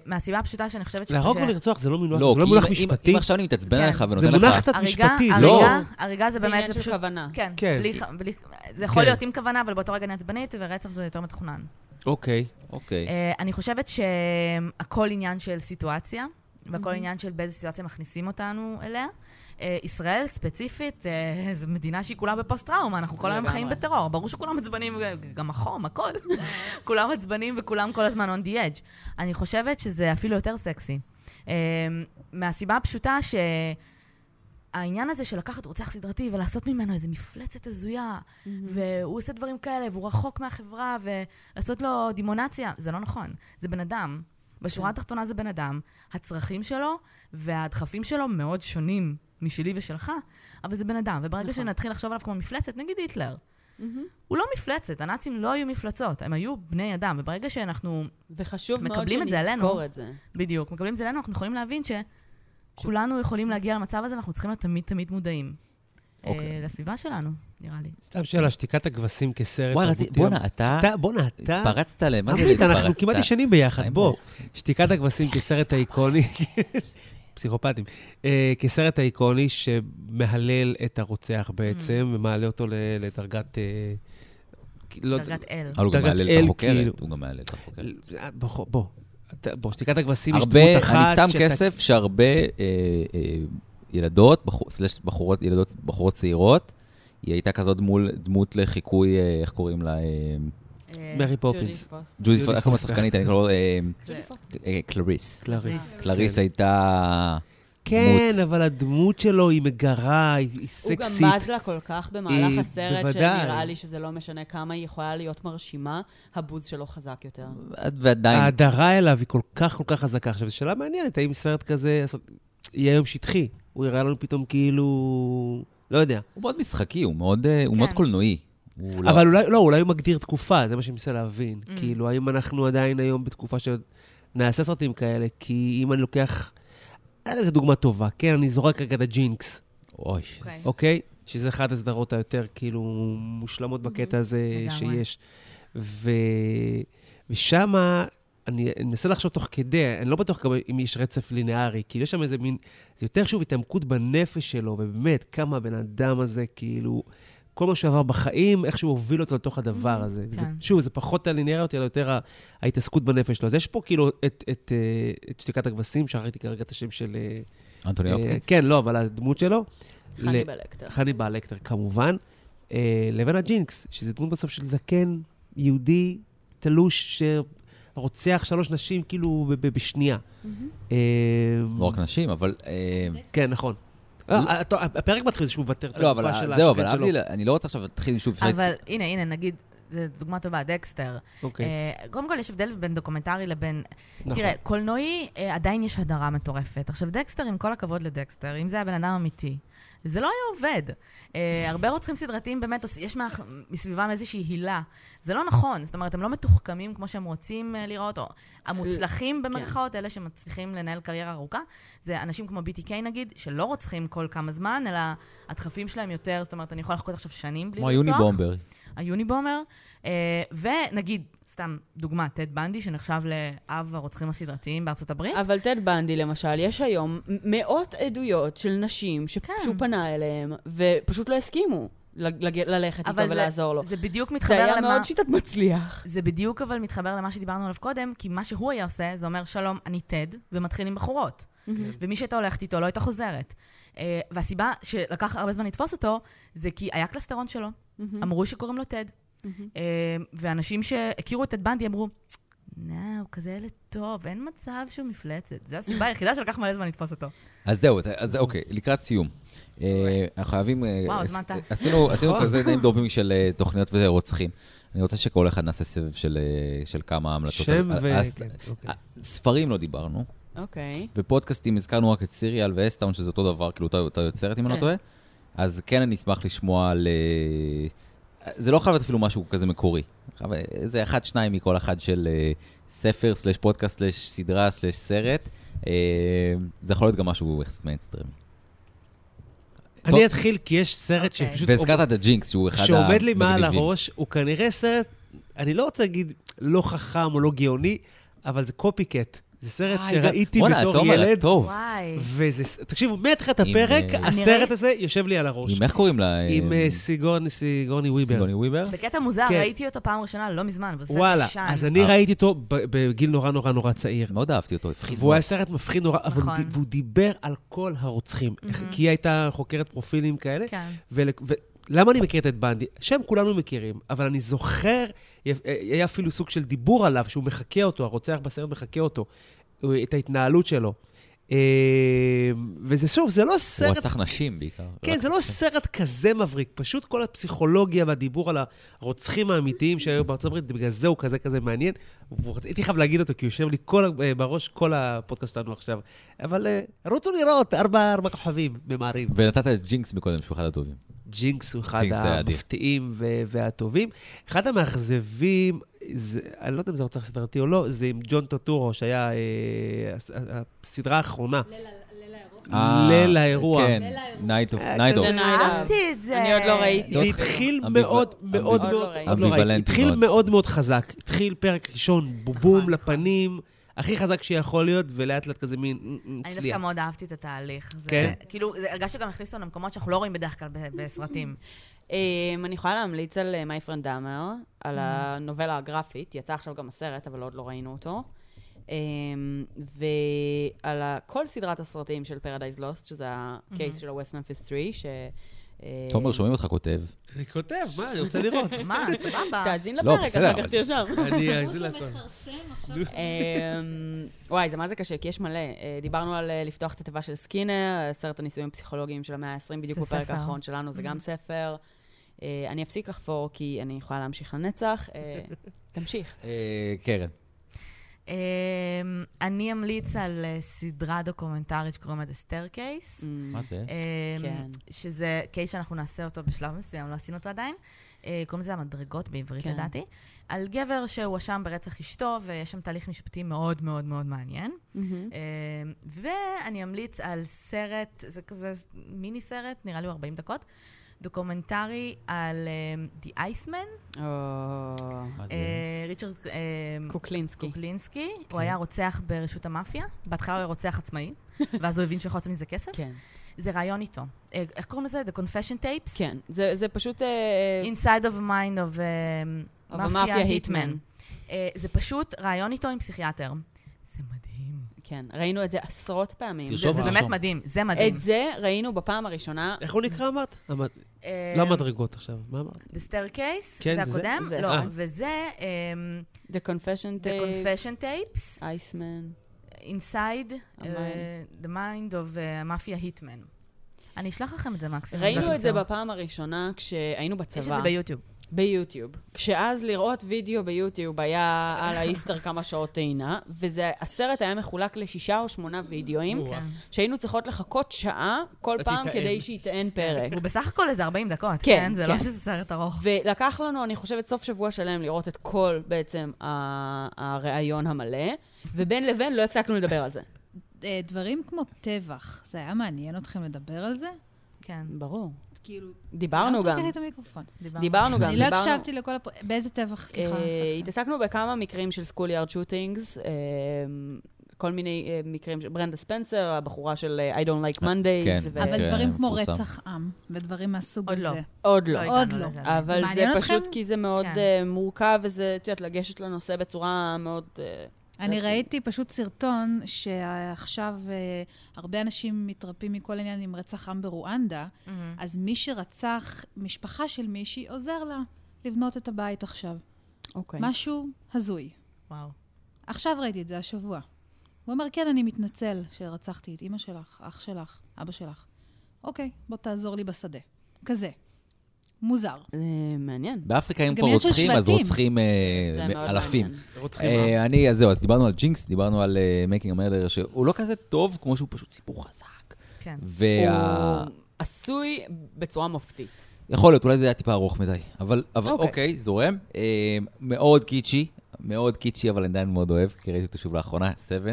D: מהסיבה הפשוטה שאני חושבת ש...
B: להרוג או לרצוח זה לא מינוח-
A: לא,
B: זה לא
A: כי
B: מונח
A: אם- אם-
B: משפטי,
A: אם עכשיו אני מתעצבן
D: כן.
A: עליך
B: זה
A: ונותן לך...
B: מונח קצת
D: הריגה,
B: משפטי, זה לא...
D: הריגה, הריגה זה
E: זה
D: באמת,
E: עניין
D: זה
E: של
D: פשוט...
E: כוונה.
D: כן,
B: כן.
D: בלי ח- בלי- זה יכול
B: כן.
D: להיות עם כוונה, אבל באותו רגע אני עצבנית, ורצח זה יותר מתוכנן.
B: אוקיי.
A: אוקיי.
D: אה, אני חושבת שהכל עניין של סיטואציה, והכל עניין של באיזה סיטואציה מכניסים אותנו אליה. אה, ישראל ספציפית, אה, זו מדינה שהיא כולה בפוסט-טראומה, אנחנו כל היום
E: לגמרי.
D: חיים בטרור. ברור שכולם עצבנים, גם החום, הכל. כולם עצבנים וכולם כל הזמן on the edge. אני חושבת שזה אפילו יותר סקסי. אה, מהסיבה הפשוטה שהעניין הזה של לקחת רוצח סדרתי ולעשות ממנו איזה מפלצת הזויה, והוא עושה דברים כאלה, והוא רחוק מהחברה, ולעשות לו דימונציה, זה לא נכון. זה בן אדם. בשורה התחתונה זה בן אדם, הצרכים שלו והדחפים שלו מאוד שונים משלי ושלך, אבל זה בן אדם. וברגע
E: נכון.
D: שנתחיל לחשוב עליו כמו מפלצת, נגיד היטלר, הוא לא מפלצת, הנאצים לא היו מפלצות, הם היו בני אדם, וברגע שאנחנו
E: וחשוב מאוד
D: מקבלים את זה
E: שנזכור
D: עלינו.
E: את זה.
D: בדיוק מקבלים את זה אלינו, אנחנו יכולים להבין שכולנו יכולים להגיע למצב הזה, ואנחנו צריכים להיות תמיד תמיד מודעים.
A: אוקיי.
D: אה, לסביבה שלנו, נראה לי.
B: סתם שאלה, שתיקת הכבשים כסרט
A: וואי, רציתי, בואנה, אתה
B: אתה, בואנה, אתה...
A: פרצת ל... מה זה
B: עמית, אנחנו
A: פרצת?
B: כמעט ישנים ביחד,
A: אין
B: בוא. שתיקת הכבשים כסרט האיקוני, פסיכופטים, אה, כסרט האיקוני שמהלל את הרוצח
E: Mm.
B: בעצם, ומעלה אותו ל- לדרגת... אה, לא-
D: דרגת אל.
A: אבל אה, הוא גם
B: דרגת
A: מהלל
B: אל,
A: את
B: כאילו.
A: החוקרת, הוא גם מהלל את החוקרת.
B: אה, בוא, בוא. אתה- בוא, שתיקת הכבשים יש
A: הרבה,
B: דמות אחת
A: אני שם
B: שאתה-
A: כסף שהרבה אה, אה, ילדות, בחור- סלש בחורות, ילדות, בחורות צעירות, היא הייתה כזאת דמול- דמות לחיקוי, אה, איך קוראים לה? אה,
D: אה,
B: מרי
E: ג'ולי
B: פופינס.
E: פוסט.
A: ג'ודי פוסט,
B: פוסטר.
A: איך קוראים לשחקנית? אני קורא לה אה,
D: קל-
A: אה, קלריס.
B: קלריס.
A: קלריס
B: כן.
A: הייתה...
B: כן,
A: דמות.
B: אבל הדמות שלו היא מגרה, היא היא
E: הוא גם
B: סקסית.
E: בז לה כל כך במהלך
B: אה,
E: הסרט,
B: בוודאי.
E: שנראה לי שזה לא משנה כמה היא יכולה להיות מרשימה, הבוז שלו חזק יותר.
B: אה,
A: ועדיין,
B: ההדרה אליו היא כל כך כל כך חזקה. עכשיו, זו שאלה מעניינת, האם סרט כזה הסרט- יהיה היום שטחי? הוא יראה לנו פתאום כאילו... לא יודע.
A: הוא מאוד משחקי, הוא מאוד, אה, הוא מאוד
D: כן.
A: קולנועי. הוא לא-
B: אבל אולי, לא, אולי הוא מגדיר תקופה, זה מה שאני מנסה להבין. כאילו, האם אנחנו עדיין היום בתקופה שנעשה סרטים כאלה? כי אם אני לוקח... אני לא יודע אם זו דוגמה טובה. כן, אני זורק רגע את הג'ינקס,
A: אוי,
D: אוקיי.
B: אוקיי? שזה אחת הסדרות היותר כאילו מושלמות בקטע הזה
D: Mm-hmm. לגמרי.
B: שיש. ו... ושמה, אני אני מנסה לחשוב תוך כדי, אני לא בטוח גם אם יש רצף לינארי, כאילו יש שם איזה מין, זה יותר שוב התעמקות בנפש שלו, ובאמת, כמה הבן אדם הזה, כאילו, כל מה שהוא עבר בחיים, איך שהוא הוביל אותו לתוך הדבר הזה.
D: כן.
B: זה, שוב, זה פחות הליניאריות, אלא יותר ה- ההתעסקות בנפש שלו. אז יש פה כאילו את, את, אה, את שתיקת הכבשים, שכחתי כרגע את השם של... אה,
A: אנטוני
B: אה,
A: הופקינס?
B: כן, לא, אבל הדמות שלו. ל-
E: חניבל אקטר.
B: חניבל לקטר, כמובן, אה, לבין הג'ינקס, שזה דמות בסוף של זקן יהודי תלוש שרוצח שלוש נשים כאילו ב- ב- בשנייה.
D: Mm-hmm.
B: אה,
A: לא רק נשים, אבל... אה,
B: כן, נכון. אה, הת- הפרק מתחיל זה שהוא מוותר את
A: לא, אבל
B: הגופה של
A: זהו,
B: השכן
A: אבל
B: שלו.
A: אהבתי, ל- אני לא רוצה עכשיו להתחיל שוב...
D: אבל הנה, הנה, נגיד, זו דוגמה טובה, דקסטר.
B: אוקיי,
D: אה, קודם כל, יש הבדל בין דוקומנטרי לבין...
B: נכון.
D: תראה, קולנועי, אה, עדיין יש הדרה מטורפת. עכשיו, דקסטר, עם כל הכבוד לדקסטר, אם זה היה בן אדם אמיתי, זה לא היה עובד. אה, הרבה רוצחים סדרתיים באמת, עוש- יש מה- מסביבם איזושהי הילה. זה לא נכון, זאת אומרת, הם לא מתוחכמים כמו שהם רוצים אה, לראות, או המוצלחים במרכאות, אלה שמצליחים לנהל קריירה ארוכה, זה אנשים כמו BTK נגיד, שלא רוצחים כל כמה זמן, אלא הדחפים שלהם יותר, זאת אומרת, אני יכולה לחכות עכשיו שנים בלי
A: כמו
D: לרצוח.
A: היוניבומבר.
D: היוניבומר, אה, ונגיד, סתם דוגמה, טד בנדי, שנחשב לאב הרוצחים הסדרתיים בארצות הברית.
E: אבל טד בנדי, למשל, יש היום מאות עדויות של נשים ש-
D: כן.
E: שהוא פנה אליהם, ופשוט לא הסכימו לג- לג- ללכת איתו
D: אבל זה-
E: ולעזור לו.
D: זה בדיוק
E: זה
D: מתחבר
E: היה
D: למה...
E: מאוד שיטת מצליח.
D: זה בדיוק אבל מתחבר למה שדיברנו עליו קודם, כי מה שהוא היה עושה, זה אומר, שלום, אני טד, ומתחיל עם בחורות. ומי שהייתה הולכת איתו לא הייתה חוזרת. אה, והסיבה שלקח הרבה זמן לתפוס אותו, זה כי היה קלסטרון שלו.
E: Mm-hmm.
D: אמרו שקוראים לו טד. אה, ואנשים שהכירו את טד בנדי אמרו, נא, הוא כזה ילד טוב, אין מצב שהוא מפלצת. זו הסיבה היחידה שלקח מלא זמן לתפוס אותו.
A: אז זהו, אז אוקיי, לקראת סיום.
B: אוקיי.
A: אה, אנחנו חייבים... אה,
D: וואו,
A: עש-
D: הזמן טס.
A: עשינו עשינו
B: נכון.
A: כזה name dropping של אה, תוכניות ורוצחים. אני רוצה שכל אחד נעשה סבב של, אה, של כמה המלצות.
B: שם
A: על-
B: ו...
A: על- אז-
B: כן, אוקיי.
A: אה, ספרים לא דיברנו,
E: אוקיי.
A: ופודקאסטים הזכרנו רק את סיריאל ואסטאון, שזה אותו דבר, כאילו אותה- אותה יוצרת, אם אני לא
E: כן.
A: טועה. אז כן, אני אשמח לשמוע על... אה, זה לא חייב להיות אפילו משהו כזה מקורי. חייב- זה אחד, שניים מכל אחד של אה, ספר, סלש פודקאסט, סלש סדרה, סלש סרט. אה, זה יכול להיות גם משהו יחסית מיינסטרים. טוב.
B: אני אתחיל כי יש סרט
D: אוקיי.
B: שפשוט...
A: והזכרת את הג'ינקס, שהוא אחד
B: שעומד לי מעל
A: המגניבים.
B: הראש, הוא כנראה סרט, אני לא רוצה להגיד לא חכם או לא גאוני, אבל זה קופי קט. זה סרט
A: אה,
B: שראיתי
A: בואנה,
B: בתור
A: תומר,
B: ילד.
A: טוב.
D: וואי.
B: וזה, ס- תקשיבו, מתחילת
A: עם,
B: הפרק,
A: אה,
B: הסרט
D: נראה-
B: הזה יושב לי על הראש.
A: עם איך קוראים לה?
B: עם
A: אה,
B: אה, סיגורני, סיגורני וויבר.
A: סיגוני וויבר?
D: בקטע מוזר,
B: כן.
D: ראיתי אותו פעם ראשונה, לא מזמן, אבל זה
B: וואלה,
D: ישן.
B: אז אני
A: אה.
B: ראיתי אותו ב- בגיל נורא נורא נורא צעיר.
A: מאוד אהבתי אותו, הפחיד.
B: והוא היה סרט מפחיד נורא, אבל הוא
D: נכון. Mhm.
B: ד- והוא דיבר על כל הרוצחים. איך- כי היא הייתה חוקרת פרופילים כאלה.
D: כן.
B: ולק- ו- למה אני מכיר את את בנדי? שם כולנו מכירים, אבל אני זוכר, י- היה אפילו סוג של דיבור עליו, שהוא מחקה אותו, הרוצח בסרט מחקה אותו, הוא- את ההתנהלות שלו. אה, וזה שוב, זה לא
A: מאוד. הוא
B: סרט...
A: רצח נשים בעיקר.
B: כן, זה לא סרט כזה מבריק, פשוט כל הפסיכולוגיה והדיבור על הרוצחים האמיתיים שהיו בארצות הברית, בגלל זה הוא כזה כזה מעניין. הייתי חייב להגיד אותו, כי יושב לי כל, ה- אה, בראש כל הפודקאסט שלנו עכשיו. אבל אה, רוצו לראות, ארבע, ארבע כוכבים ממהרים.
A: ונתת את ג'ינקס מקודם, שהוא אחד הטובים.
B: ג'ינקס הוא אחד
A: ג'ינקס זה אדיר.
B: המפתיעים ו- והטובים. אחד המאכזבים, זה- אני לא יודע אם זה רוצח סדרתי או לא, זה עם ג'ון טוטורו, שהיה אה, הס- הסדרה האחרונה.
F: ליל האירוע.
A: אה,
B: ליל האירוע.
A: כן,
F: ליל האירוע.
A: נייט אוף,
B: אה,
A: נייט אוף.
E: כזה נייט.
D: אהבתי את זה.
E: אני עוד לא ראיתי.
B: זה התחיל
A: אמביוול-
B: מאוד מאוד מאוד,
E: אמביוול- עוד לא
B: עוד לא ראיתי.
A: אמביוולנטי
B: התחיל
A: מאוד.
B: מאוד מאוד חזק. התחיל פרק ראשון, בובום
D: נכון,
B: לפנים, הכי חזק שיכול להיות, ולאט לאט כזה מין "מ, מ,
D: אני דווקא
B: צליח.
D: מאוד אהבתי את התהליך. זה-
B: כן?
D: כאילו, זה- הרגשתי גם הכניס אותנו למקומות שאנחנו לא רואים בדרך כלל ב- בסרטים.
E: אמ, אני יכולה להמליץ על מיי פרנד דאמר, על
D: Mm.
E: הנובלה הגרפית, יצא עכשיו גם הסרט, אבל עוד לא ראינו אותו. אמ, ועל ה- כל סדרת הסרטים של Paradise Lost, שזה
D: Mm-hmm.
E: הקייס של ה-West Memphis 3, ש... אה,
A: תומר, שומעים אותך כותב.
B: אני כותב, מה, אני רוצה לראות.
D: מה, סבבה.
E: תאזין
A: לא,
E: לפרק,
A: בסדר,
E: אחר כך
A: אבל-
E: תהיה שם.
B: אני לא
F: אותו
E: לא
B: אעזין לכל.
F: מכרסם עכשיו.
E: אמ, וואי, זה מה זה קשה, כי יש מלא. אה, דיברנו על אה, לפתוח את התיבה של סקינר, אה, סרט הניסויים הפסיכולוגיים של המאה ה-20, בדיוק
D: זה
E: בפרק
D: ספר.
E: האחרון שלנו, זה גם
A: Mm.
E: ספר. אה, אני אפסיק לחפור, כי אני יכולה להמשיך לנצח. אה, תמשיך.
A: אה, קרן.
D: אמ, אני אמליץ על אה, סדרה דוקומנטרית שקוראים לה The Staircase.
A: מה זה?
D: אמ,
E: כן.
D: שזה קייס שאנחנו נעשה אותו בשלב מסוים, לא עשינו אותו עדיין. אה, קוראים לזה המדרגות בעברית,
E: כן.
D: לדעתי. על גבר שהואשם ברצח אשתו, ויש שם תהליך משפטי מאוד מאוד מאוד מעניין.
A: Mm-hmm.
E: מהמם.
D: אמ, ואני אמליץ על סרט, זה כזה מיני סרט, נראה לי הוא 40 דקות, דוקומנטרי על אמ, The Iceman,
E: או,
A: מה זה?
D: אה, ריצ'רד אמ,
E: קוקלינסקי. כן.
D: קוקלינסקי, הוא היה רוצח ברשות המאפיה, בהתחלה הוא היה רוצח עצמאי, ואז הוא הבין שהוא יכול לעשות מזה כסף?
E: כן.
D: זה רעיון איתו. אה, איך קוראים לזה? The Confession Tapes?
E: כן, זה זה פשוט... אה,
D: Inside of Mind of אה,
E: of a
D: מאפיה
E: Mafia
D: היטמן.
E: Hitman.
D: אה, זה פשוט רעיון איתו עם פסיכיאטר. זה מדהים.
E: כן, ראינו את זה עשרות פעמים.
A: תרשום,
D: זה זה באמת
A: תרשום.
D: מדהים, זה מדהים.
E: את זה ראינו בפעם הראשונה.
B: איך הוא נקרא אמרת? אמרת-
D: אה,
B: לא המדרגות עכשיו, מה אמרת?
D: The Staircase,
B: כן,
D: זה
B: זה-
D: הקודם?
E: זה
D: לא,
B: אחד.
D: וזה אמ,
E: The Confession
D: The
E: Tape,
D: Confession Tapes,
E: Iceman.
D: Inside
E: Mind.
D: אה, the Mind of אה, Mafia Hitman. אני אשלח לכם את זה מקסימום.
E: ראינו
D: אולי
E: את זה
D: תמצאו.
E: בפעם הראשונה כשהיינו
D: יש את
E: בצבא,
D: זה ביוטיוב.
E: ביוטיוב. כשאז לראות וידאו ביוטיוב היה על האיסטר כמה שעות טעינה, וזה, הסרט היה מחולק לשישה או שמונה וידאוים,
D: כן.
B: וואו.
E: שהיינו צריכות לחכות שעה כל
B: עד
E: פעם
B: שיטען.
E: כדי שיטען פרק.
D: הוא בסך הכל איזה 40 דקות,
E: כן,
D: כן? זה לא
E: כן.
D: שזה סרט ארוך.
E: ולקח לנו, אני חושבת, סוף שבוע שלם לראות את כל בעצם הריאיון המלא, ובין לבין לא הפסקנו לדבר על זה.
F: אה, דברים כמו טבח, זה היה מעניין אתכם לדבר על זה?
D: כן,
E: ברור.
F: כאילו,
E: דיברנו
F: למה
E: גם.
F: את לוקחת את המיקרופון?
D: דיברנו.
E: דיברנו גם,
F: אני לא
E: דיברנו.
F: הקשבתי לכל הפר... באיזה טבח, סליחה,
E: אה,
F: עסקת?
E: התעסקנו בכמה מקרים של סקול יארד שוטינגס, אה, כל מיני אה, מקרים, ש- ברנדה ספנסר, הבחורה של אה, I don't like
A: אה,
E: Mondays,
A: כן.
E: ו-
A: אה,
F: אבל דברים כמו
A: מפורסם.
F: רצח עם, ודברים מהסוג
D: עוד
F: הזה.
D: לא.
E: עוד לא.
F: עוד
D: הגענו
F: לא.
D: לזה.
A: אה,
E: אבל זה
F: מעניין
E: פשוט
F: אתכם?
E: כי זה מאוד
D: כן.
E: אה, מורכב, וזה, את יודעת, לגשת לנושא בצורה מאוד... אה,
F: אני
E: רצח.
F: ראיתי פשוט סרטון שעכשיו אה, הרבה אנשים מתרפים מכל עניין עם רצח עם ברואנדה,
D: מהמם.
F: אז מי שרצח משפחה של מישהי עוזר לה לבנות את הבית עכשיו.
E: אוקיי.
F: משהו הזוי.
D: וואו.
F: עכשיו ראיתי את זה, השבוע. הוא אומר, כן, אני מתנצל שרצחתי את אימא שלך, אח שלך, אבא שלך. אוקיי, בוא תעזור לי בשדה. כזה. מוזר.
E: אה, מעניין.
A: באפריקה אם
F: גם
A: כבר
F: עניין של
A: רוצחים, אז
F: שבטים.
A: רוצחים אה,
E: זה מאוד
A: אלפים.
E: מעניין.
B: רוצחים עם.
A: אה, אני, אז זהו, אז דיברנו על ג'ינקס, דיברנו על אה, מייקינג המרדר, שהוא לא כזה טוב, כמו שהוא פשוט סיפור חזק.
D: כן.
A: וה...
E: הוא עשוי בצורה מופתית.
A: יכול להיות, אולי זה היה טיפה ארוך מדי, אבל, אבל
E: אוקיי.
A: אוקיי, זורם. אה, מאוד קיצ'י, מאוד קיצ'י, אבל אני עדיין מאוד אוהב, כי ראיתי אותו שוב לאחרונה, 7.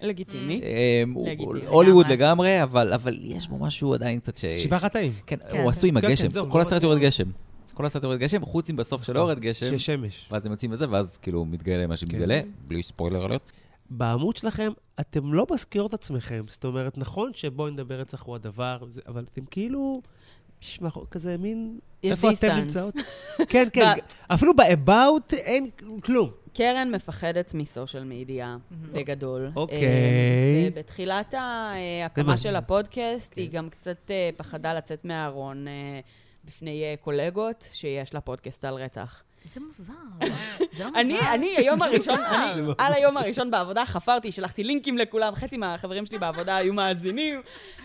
E: לגיטימי.
A: אה, הוא-
E: לגיטימי.
A: הוליווד לגמרי, אבל, אבל יש בו משהו עדיין קצת ש...
B: שבעה חטאים.
A: כן,
D: כן.
A: הוא עשוי עם
B: כן,
A: הגשם.
B: כן, זהו,
A: כל
B: לא
A: הסרט
B: באתי-
A: יורד גשם. כל הסרט יורד גשם, חוץ אם בסוף
B: נכון.
A: שלא יורד גשם,
B: שיש שמש.
A: ואז הם יוצאים לזה, ואז כאילו מתגלה מה שמתגלה, בלי ספוילר עליות.
B: בעמוד שלכם, אתם לא מזכירות עצמכם. זאת אומרת, נכון שבואי נדבר רצח הוא הדבר, זה- אבל אתם כאילו... שמע, כזה מין...
E: יש
B: איפה אתם
E: דיסטנס.
B: נמצאות? כן, כן. אפילו ב-about אין כלום.
E: קרן מפחדת מסושיאל מדיה, בגדול.
B: אוקיי.
E: אה, ובתחילת ההקמה
B: מעניין.
E: של הפודקאסט, היא
B: כן.
E: גם קצת אה, פחדה לצאת מהארון אה, בפני אה, קולגות, שיש לה פודקאסט על רצח.
D: זה מוזר. זה לא מוזר.
E: אני, אני היום הראשון, אני על היום הראשון בעבודה חפרתי, שלחתי לינקים לכולם, חצי מהחברים שלי בעבודה היו מאזינים,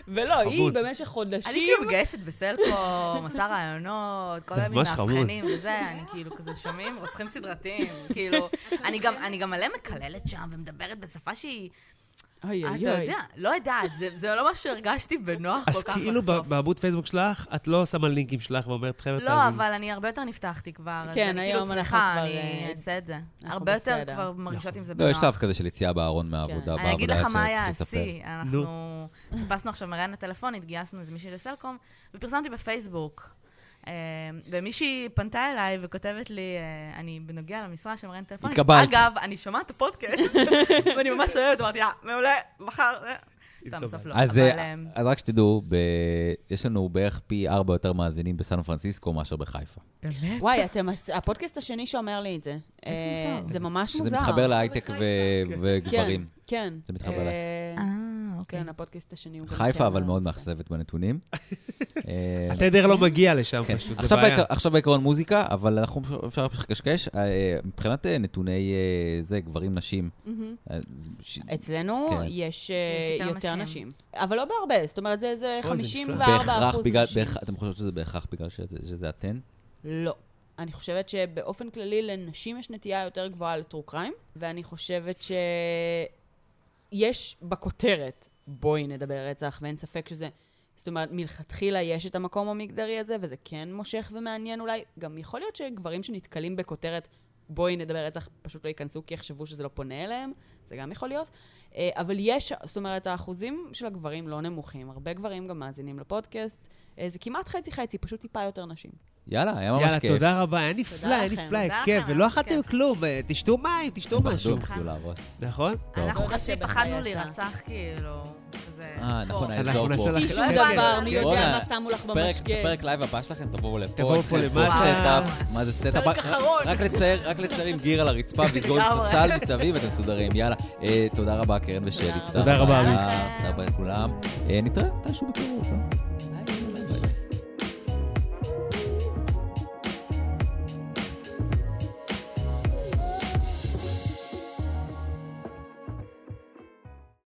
E: ולא, היא
B: חבוד.
E: במשך
D: אני
E: חודשים...
D: כאילו מגייסת בסלקום, עושה רעיונות, כל
B: זה
D: מיני
B: ממש חמוד.
D: מאבחנים וזה, אני כאילו כזה שומעים, רוצחים סדרתיים, כאילו. אני גם- אני גם מלא מקללת שם ומדברת בשפה שהיא,
E: אוי, אוי,
D: אתה
E: אוי.
D: יודע, לא יודעת, זה- זה לא מה שהרגשתי בנוח כל
B: אז
D: כך.
B: כאילו
D: לחשוף.
B: ב- בעמוד פייסבוק שלך, את לא שמה לינקים שלך ואומרת, חבר'ה,
D: לא, אבל אני הרבה יותר נפתחתי כבר. אז
E: כן,
D: אני
E: היום
D: כאילו
E: אנחנו
D: סליחה,
E: כבר,
D: אני
E: אה,
D: אעשה את זה.
E: אנחנו
D: הרבה יותר
E: בסדר.
D: כבר מרגישות עם זה
A: לא,
D: בנוח.
A: יש שלב כזה של יציאה בארון מהעבודה,
E: כן.
A: בעבודה
D: אני אגיד לך מה
A: שצריך
D: היה
A: לספר.
D: השיא. אנחנו חיפשנו עכשיו מראיינת טלפונית, גייסנו איזה מישהי לסלקום, ופרסמתי בפייסבוק. אה, ומישהי פנתה אליי וכותבת לי, אה, אני בנוגע למשרה של מראיינת טלפונית.
A: התקבלת.
D: אגב, אני שומעת את הפודקאסט, ואני ממש אוהבת, אמרתי, אה, מעולה, מחר. אה." סתם, בסוף לא.
A: אז,
D: אבל,
A: אה,
D: אה,
A: אז רק שתדעו, ב... יש לנו בערך פי ארבע יותר מאזינים בסן פרנסיסקו מאשר בחיפה.
E: וואי, אתם, הפודקאסט השני שאומר לי את זה.
D: איזה
E: אה,
D: מוזר.
E: זה ממש מוזר.
A: שזה מתחבר להייטק ו... וגברים.
E: כן.
A: זה מתחבר
E: אה,
D: אה, אוקיי.
E: כן, הפודקאסט השני הוא גם כן
A: חיפה אבל מאוד
E: על זה.
A: מאכזבת בנתונים. אה,
B: התדר לא מגיע לשם
A: כן.
B: פשוט, זה
A: עכשיו
B: בעיה.
A: בעיקר- עכשיו בעיקרון מוזיקה, אבל אנחנו אפשר לקשקש. אה, מבחינת אה, נתוני אה, זה, גברים, נשים,
E: מהמם.
A: אה, זה ש-
E: אצלנו
A: כן.
E: יש אה,
D: יש יותר
E: יותר נשים,
D: נשים.
E: אבל לא בהרבה, זאת אומרת, זה איזה
B: זה
E: 54
A: בהכרח
E: אחוז
A: בגלל,
E: נשים.
A: בהכ- אתם חושבים שזה בהכרח בגלל שזה שזה אתן?
E: לא. אני חושבת שבאופן כללי לנשים יש נטייה יותר גבוהה לטרו קריים, ואני חושבת שיש בכותרת, בואי נדבר רצח, ואין ספק שזה... זאת אומרת, מלכתחילה יש את המקום המגדרי הזה, וזה כן מושך ומעניין אולי. גם יכול להיות שגברים שנתקלים בכותרת, בואי נדבר רצח, פשוט לא ייכנסו כי יחשבו שזה לא פונה אליהם, זה גם יכול להיות. אה, אבל יש, זאת אומרת, האחוזים של הגברים לא נמוכים. הרבה גברים גם מאזינים לפודקאסט. אה, זה כמעט חצי-חצי, פשוט טיפה יותר נשים.
A: יאללה, היה ממש
B: יאללה,
A: כיף.
B: תודה רבה, היה נפלא, היה
E: לכם,
B: נפלא,
D: תודה
B: כיף,
D: לכם,
B: ולא
D: היה
B: אכלתם
D: כיף.
B: כלום, אה, תשתו מים, תשתו
A: פחדו,
B: משהו.
A: פחדו כאילו להרוס.
B: נכון?
A: טוב.
D: אנחנו חצי פחדנו
E: יצא.
D: להירצח, כאילו. כזה זה...
A: אה, נכון,
D: פה.
A: האזור
B: אנחנו
A: פה.
B: נעשה לך
D: לא
E: שום דבר,
D: הבנתי.
E: מי יודע
A: בואנה,
E: מה שמו לך
A: פרק-
E: במשגב.
A: פרק לייב הבא שלכם, תבואו לפה.
B: תבואו פה
A: תכתבו
B: למטה.
A: סטאפ, מה זה סטאפ?
D: פרק
A: רק-
D: אחרון.
A: רק לצייר, רק לצייר עם גיר על הרצפה ולסגור עם
D: לגמרי.
A: ספסל מסביב, אתם מסודרים. יאללה, אה, תודה רבה, קרן ושלי.
E: תודה
B: רבה. תודה רבה,
A: תודה רבה לכולם. אה, נתראה מתישהו בקרוב. אה?